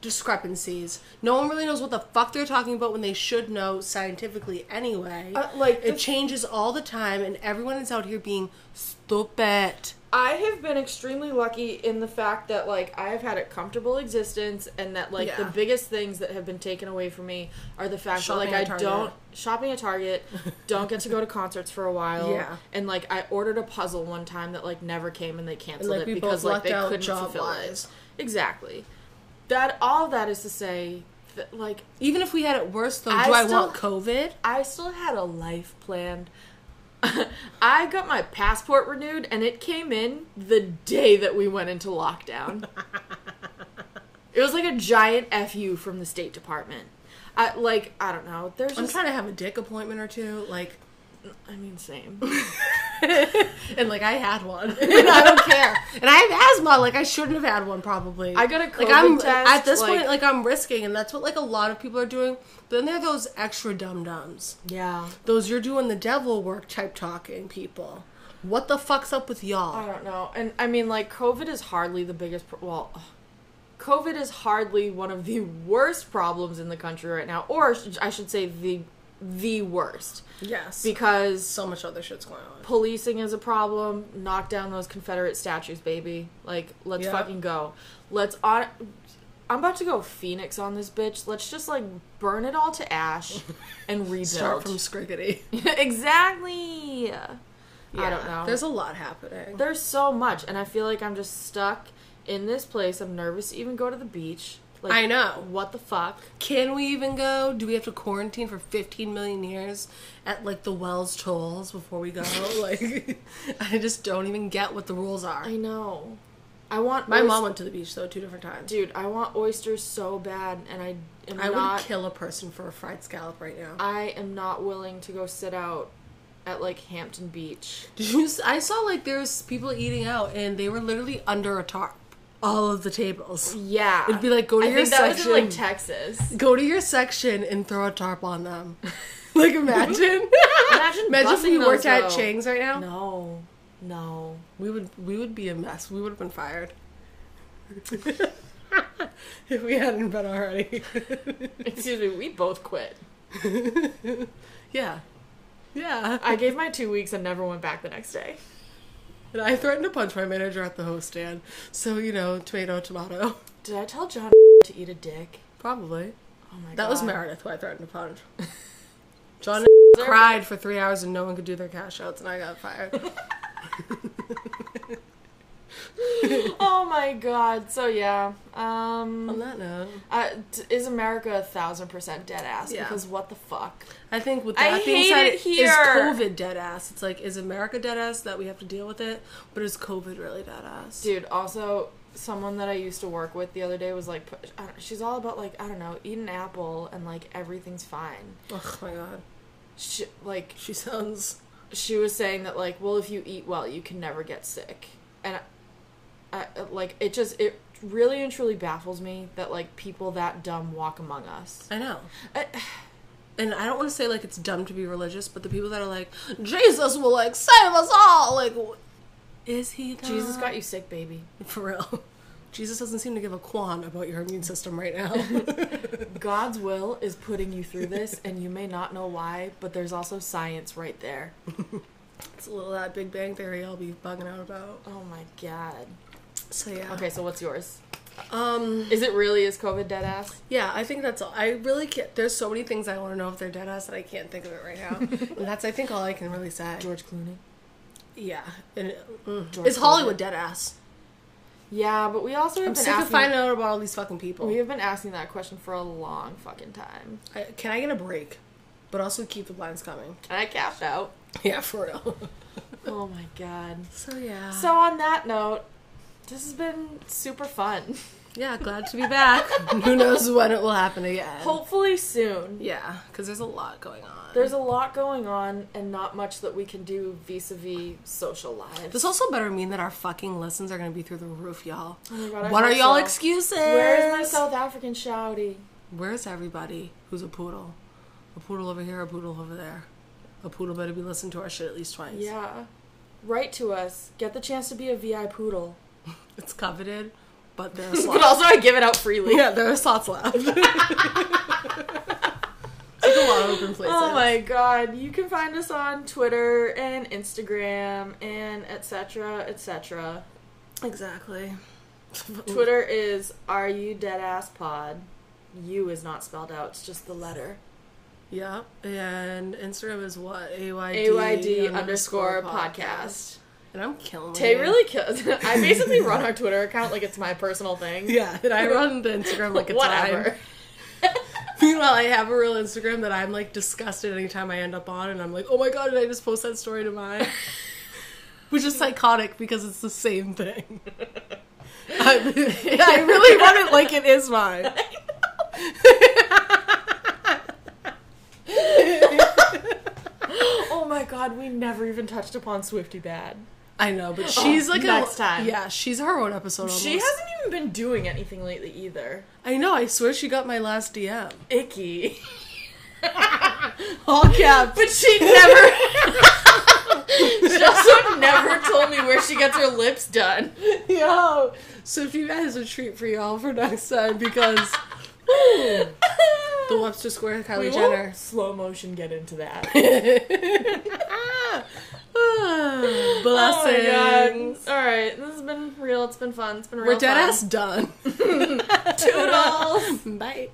[SPEAKER 2] discrepancies no one really knows what the fuck they're talking about when they should know scientifically anyway
[SPEAKER 1] Uh, like,
[SPEAKER 2] it
[SPEAKER 1] the-
[SPEAKER 2] changes all the time and everyone is out here being stupid
[SPEAKER 1] I have been extremely lucky in the fact that like I have had a comfortable existence and that like the
[SPEAKER 2] Yeah.
[SPEAKER 1] biggest things that have been taken away from me are the fact
[SPEAKER 2] Shopping
[SPEAKER 1] that like I
[SPEAKER 2] at Target.
[SPEAKER 1] don't shopping at Target, don't get to go to concerts for a while.
[SPEAKER 2] Yeah.
[SPEAKER 1] And like I ordered a puzzle one time that like never came and they canceled
[SPEAKER 2] like,
[SPEAKER 1] it
[SPEAKER 2] we
[SPEAKER 1] because
[SPEAKER 2] both
[SPEAKER 1] like
[SPEAKER 2] lucked
[SPEAKER 1] they
[SPEAKER 2] out
[SPEAKER 1] couldn't fulfill
[SPEAKER 2] job-wise.
[SPEAKER 1] it. Exactly. That all that is to say that like
[SPEAKER 2] even if we had it worse though
[SPEAKER 1] I
[SPEAKER 2] do i
[SPEAKER 1] still-
[SPEAKER 2] want covid
[SPEAKER 1] I still had a life planned. I got my passport renewed and it came in the day that we went into lockdown. it was like a giant FU from the State Department. I, like, I don't know. There's
[SPEAKER 2] i'm
[SPEAKER 1] just,
[SPEAKER 2] trying to have a dick appointment or two like
[SPEAKER 1] I mean, same.
[SPEAKER 2] and like I had one, and I don't care. And I have asthma, like I shouldn't have had one probably.
[SPEAKER 1] I got a
[SPEAKER 2] like I'm
[SPEAKER 1] COVID
[SPEAKER 2] at
[SPEAKER 1] test,
[SPEAKER 2] this
[SPEAKER 1] like-
[SPEAKER 2] point, like I'm risking, and that's what like a lot of people are doing. But then there are those extra dum dums,
[SPEAKER 1] Yeah.
[SPEAKER 2] those you're doing the devil work type talking people. What the fuck's up with
[SPEAKER 1] I
[SPEAKER 2] y'all?
[SPEAKER 1] don't know. And I mean, like, COVID is hardly the biggest. Pro- well, ugh. COVID is hardly one of the worst problems in the country right now, or sh- I should say, the the worst,
[SPEAKER 2] Yes, because
[SPEAKER 1] because
[SPEAKER 2] so much other shit's going on.
[SPEAKER 1] policing is a problem. Knock down those Confederate statues, baby. Like, let's
[SPEAKER 2] Yeah.
[SPEAKER 1] fucking go. Let's on. I'm about to go Phoenix on this bitch. Let's just like burn it all to ash and rebuild.
[SPEAKER 2] Start from scriggity.
[SPEAKER 1] exactly. I don't know.
[SPEAKER 2] There's a lot happening.
[SPEAKER 1] There's so much, and I feel like I'm just stuck in this place. I'm nervous to even go to the beach. Like,
[SPEAKER 2] I know.
[SPEAKER 1] What the fuck?
[SPEAKER 2] Can we even go? Do we have to quarantine for 15 million years at like the Wells tolls before we go? like, I just don't even get what the rules are.
[SPEAKER 1] I know. I want
[SPEAKER 2] My
[SPEAKER 1] oys-
[SPEAKER 2] mom went to the beach though two different times.
[SPEAKER 1] Dude, I want oysters so bad, and I am
[SPEAKER 2] I
[SPEAKER 1] not.
[SPEAKER 2] would kill a person for a fried scallop right now.
[SPEAKER 1] I am not willing to go sit out at like Hampton Beach.
[SPEAKER 2] Did you? s- I saw like there's people eating out and they were literally under a tarp, all of the tables.
[SPEAKER 1] Yeah,
[SPEAKER 2] It'd be like, go to
[SPEAKER 1] I
[SPEAKER 2] your
[SPEAKER 1] think that was in like
[SPEAKER 2] section.
[SPEAKER 1] Texas.
[SPEAKER 2] Go to your section and throw a tarp on them. like imagine,
[SPEAKER 1] Imagine
[SPEAKER 2] imagine if
[SPEAKER 1] bussing
[SPEAKER 2] we
[SPEAKER 1] those,
[SPEAKER 2] worked at
[SPEAKER 1] though.
[SPEAKER 2] Chang's right now.
[SPEAKER 1] No, no.
[SPEAKER 2] We would we would be a mess. We would have been fired. if we hadn't been already.
[SPEAKER 1] Excuse me. We both quit.
[SPEAKER 2] yeah. Yeah.
[SPEAKER 1] I gave my two weeks and never went back the next day.
[SPEAKER 2] And I threatened to punch my manager at the host stand. So, you know, tomato tomato.
[SPEAKER 1] Did I tell John to eat a dick?
[SPEAKER 2] Probably.
[SPEAKER 1] Oh my god.
[SPEAKER 2] That was Meredith who I threatened to punch. John cried for three hours and no one could do their cash outs and I got fired.
[SPEAKER 1] Oh my god. So yeah. Um.
[SPEAKER 2] On that note.
[SPEAKER 1] Uh, t- is America a thousand percent dead ass?
[SPEAKER 2] Yeah.
[SPEAKER 1] Because what the fuck?
[SPEAKER 2] I think with
[SPEAKER 1] I
[SPEAKER 2] that being
[SPEAKER 1] hate
[SPEAKER 2] said,
[SPEAKER 1] it
[SPEAKER 2] is
[SPEAKER 1] here.
[SPEAKER 2] COVID dead ass? It's like, is America dead ass that we have to deal with it? But is COVID really dead ass?
[SPEAKER 1] Dude, also, someone that I used to work with the other day was like, pu- I don't- she's all about, like, I don't know, eat an apple and, like, everything's fine.
[SPEAKER 2] Oh my god.
[SPEAKER 1] She, like,
[SPEAKER 2] She sounds.
[SPEAKER 1] she was saying that, like, well, if you eat well, you can never get sick. And, I, I, like, it just, it really and truly baffles me that, like, people that dumb walk among us.
[SPEAKER 2] I know.
[SPEAKER 1] I-
[SPEAKER 2] and I don't want to say like it's dumb to be religious, but the people that are like Jesus will like save us all, like wh- is he? God?
[SPEAKER 1] Jesus got you sick, baby.
[SPEAKER 2] for real. Jesus doesn't seem to give a quan about your immune system right now.
[SPEAKER 1] God's will is putting you through this, and you may not know why, but there's also science right there.
[SPEAKER 2] it's a little that Big Bang Theory I'll be bugging out about.
[SPEAKER 1] Oh my god.
[SPEAKER 2] So yeah.
[SPEAKER 1] Okay, so what's yours?
[SPEAKER 2] Um.
[SPEAKER 1] Is it really is COVID dead ass?
[SPEAKER 2] Yeah, I think that's all. I really can't. There's so many things I want to know if they're dead ass that I can't think of it right now. and that's I think all I can really say.
[SPEAKER 1] George Clooney.
[SPEAKER 2] Yeah. And, mm.
[SPEAKER 1] George
[SPEAKER 2] Is Hollywood dead ass?
[SPEAKER 1] Yeah, but we also have
[SPEAKER 2] I'm
[SPEAKER 1] been
[SPEAKER 2] sick
[SPEAKER 1] asking
[SPEAKER 2] of finding out about all these fucking people.
[SPEAKER 1] we have been asking that question for a long fucking time.
[SPEAKER 2] I, can I get a break? But also keep the blinds coming.
[SPEAKER 1] And I cashed out.
[SPEAKER 2] Yeah, for real.
[SPEAKER 1] Oh my god.
[SPEAKER 2] So yeah.
[SPEAKER 1] So on that note, this has been super fun.
[SPEAKER 2] yeah, glad to be back. Who knows when it will happen again?
[SPEAKER 1] Hopefully soon.
[SPEAKER 2] yeah, because there's a lot going on.
[SPEAKER 1] There's a lot going on and not much that we can do vis-a-vis social lives.
[SPEAKER 2] this also better mean that our fucking listens are gonna be through the roof, y'all.
[SPEAKER 1] Oh my God, I
[SPEAKER 2] what are
[SPEAKER 1] hope
[SPEAKER 2] y'all
[SPEAKER 1] so.
[SPEAKER 2] excuses?
[SPEAKER 1] Where's my South African shouty?
[SPEAKER 2] Where's everybody who's a poodle? A poodle over here, a poodle over there. A poodle better be listening to our shit at least twice.
[SPEAKER 1] Yeah. Write to us. Get the chance to be a VI poodle.
[SPEAKER 2] It's coveted, but there are slots.
[SPEAKER 1] But also I give it out freely.
[SPEAKER 2] yeah, there are slots left. it's like a lot of open places.
[SPEAKER 1] Oh my god. You can find us on Twitter and Instagram and etc. etc.
[SPEAKER 2] Exactly.
[SPEAKER 1] Twitter is are you deadass pod. U is not spelled out, it's just the letter.
[SPEAKER 2] Yeah, and Instagram is what ayd
[SPEAKER 1] AYD underscore podcast.
[SPEAKER 2] and I'm killing.
[SPEAKER 1] Tay
[SPEAKER 2] it.
[SPEAKER 1] really kills. I basically run our Twitter account like it's my personal thing.
[SPEAKER 2] Yeah, and I run the Instagram like it's
[SPEAKER 1] Whatever.
[SPEAKER 2] mine. Meanwhile, I have a real Instagram that I'm like disgusted anytime I end up on, and I'm like, oh my god, did I just post that story to mine? Which is psychotic because it's the same thing. I, I really run it like it is mine.
[SPEAKER 1] Oh my god, we never even touched upon Swifty Bad.
[SPEAKER 2] I know, but she's like
[SPEAKER 1] Oh, next
[SPEAKER 2] a,
[SPEAKER 1] time.
[SPEAKER 2] Yeah, she's her own episode. Almost.
[SPEAKER 1] She hasn't even been doing anything lately either.
[SPEAKER 2] I know. I swear she got my last DM.
[SPEAKER 1] Icky.
[SPEAKER 2] All caps.
[SPEAKER 1] But she never. she also never told me where she gets her lips done.
[SPEAKER 2] Yo, so if you guys a treat for y'all for next time because the Webster Square Kylie
[SPEAKER 1] we
[SPEAKER 2] Jenner.
[SPEAKER 1] will slow motion get into that.
[SPEAKER 2] Ah, Blessings.
[SPEAKER 1] Oh All right, this has been real. It's been fun. It's been real.
[SPEAKER 2] We're dead
[SPEAKER 1] fun.
[SPEAKER 2] ass done.
[SPEAKER 1] Toodles.
[SPEAKER 2] Bye.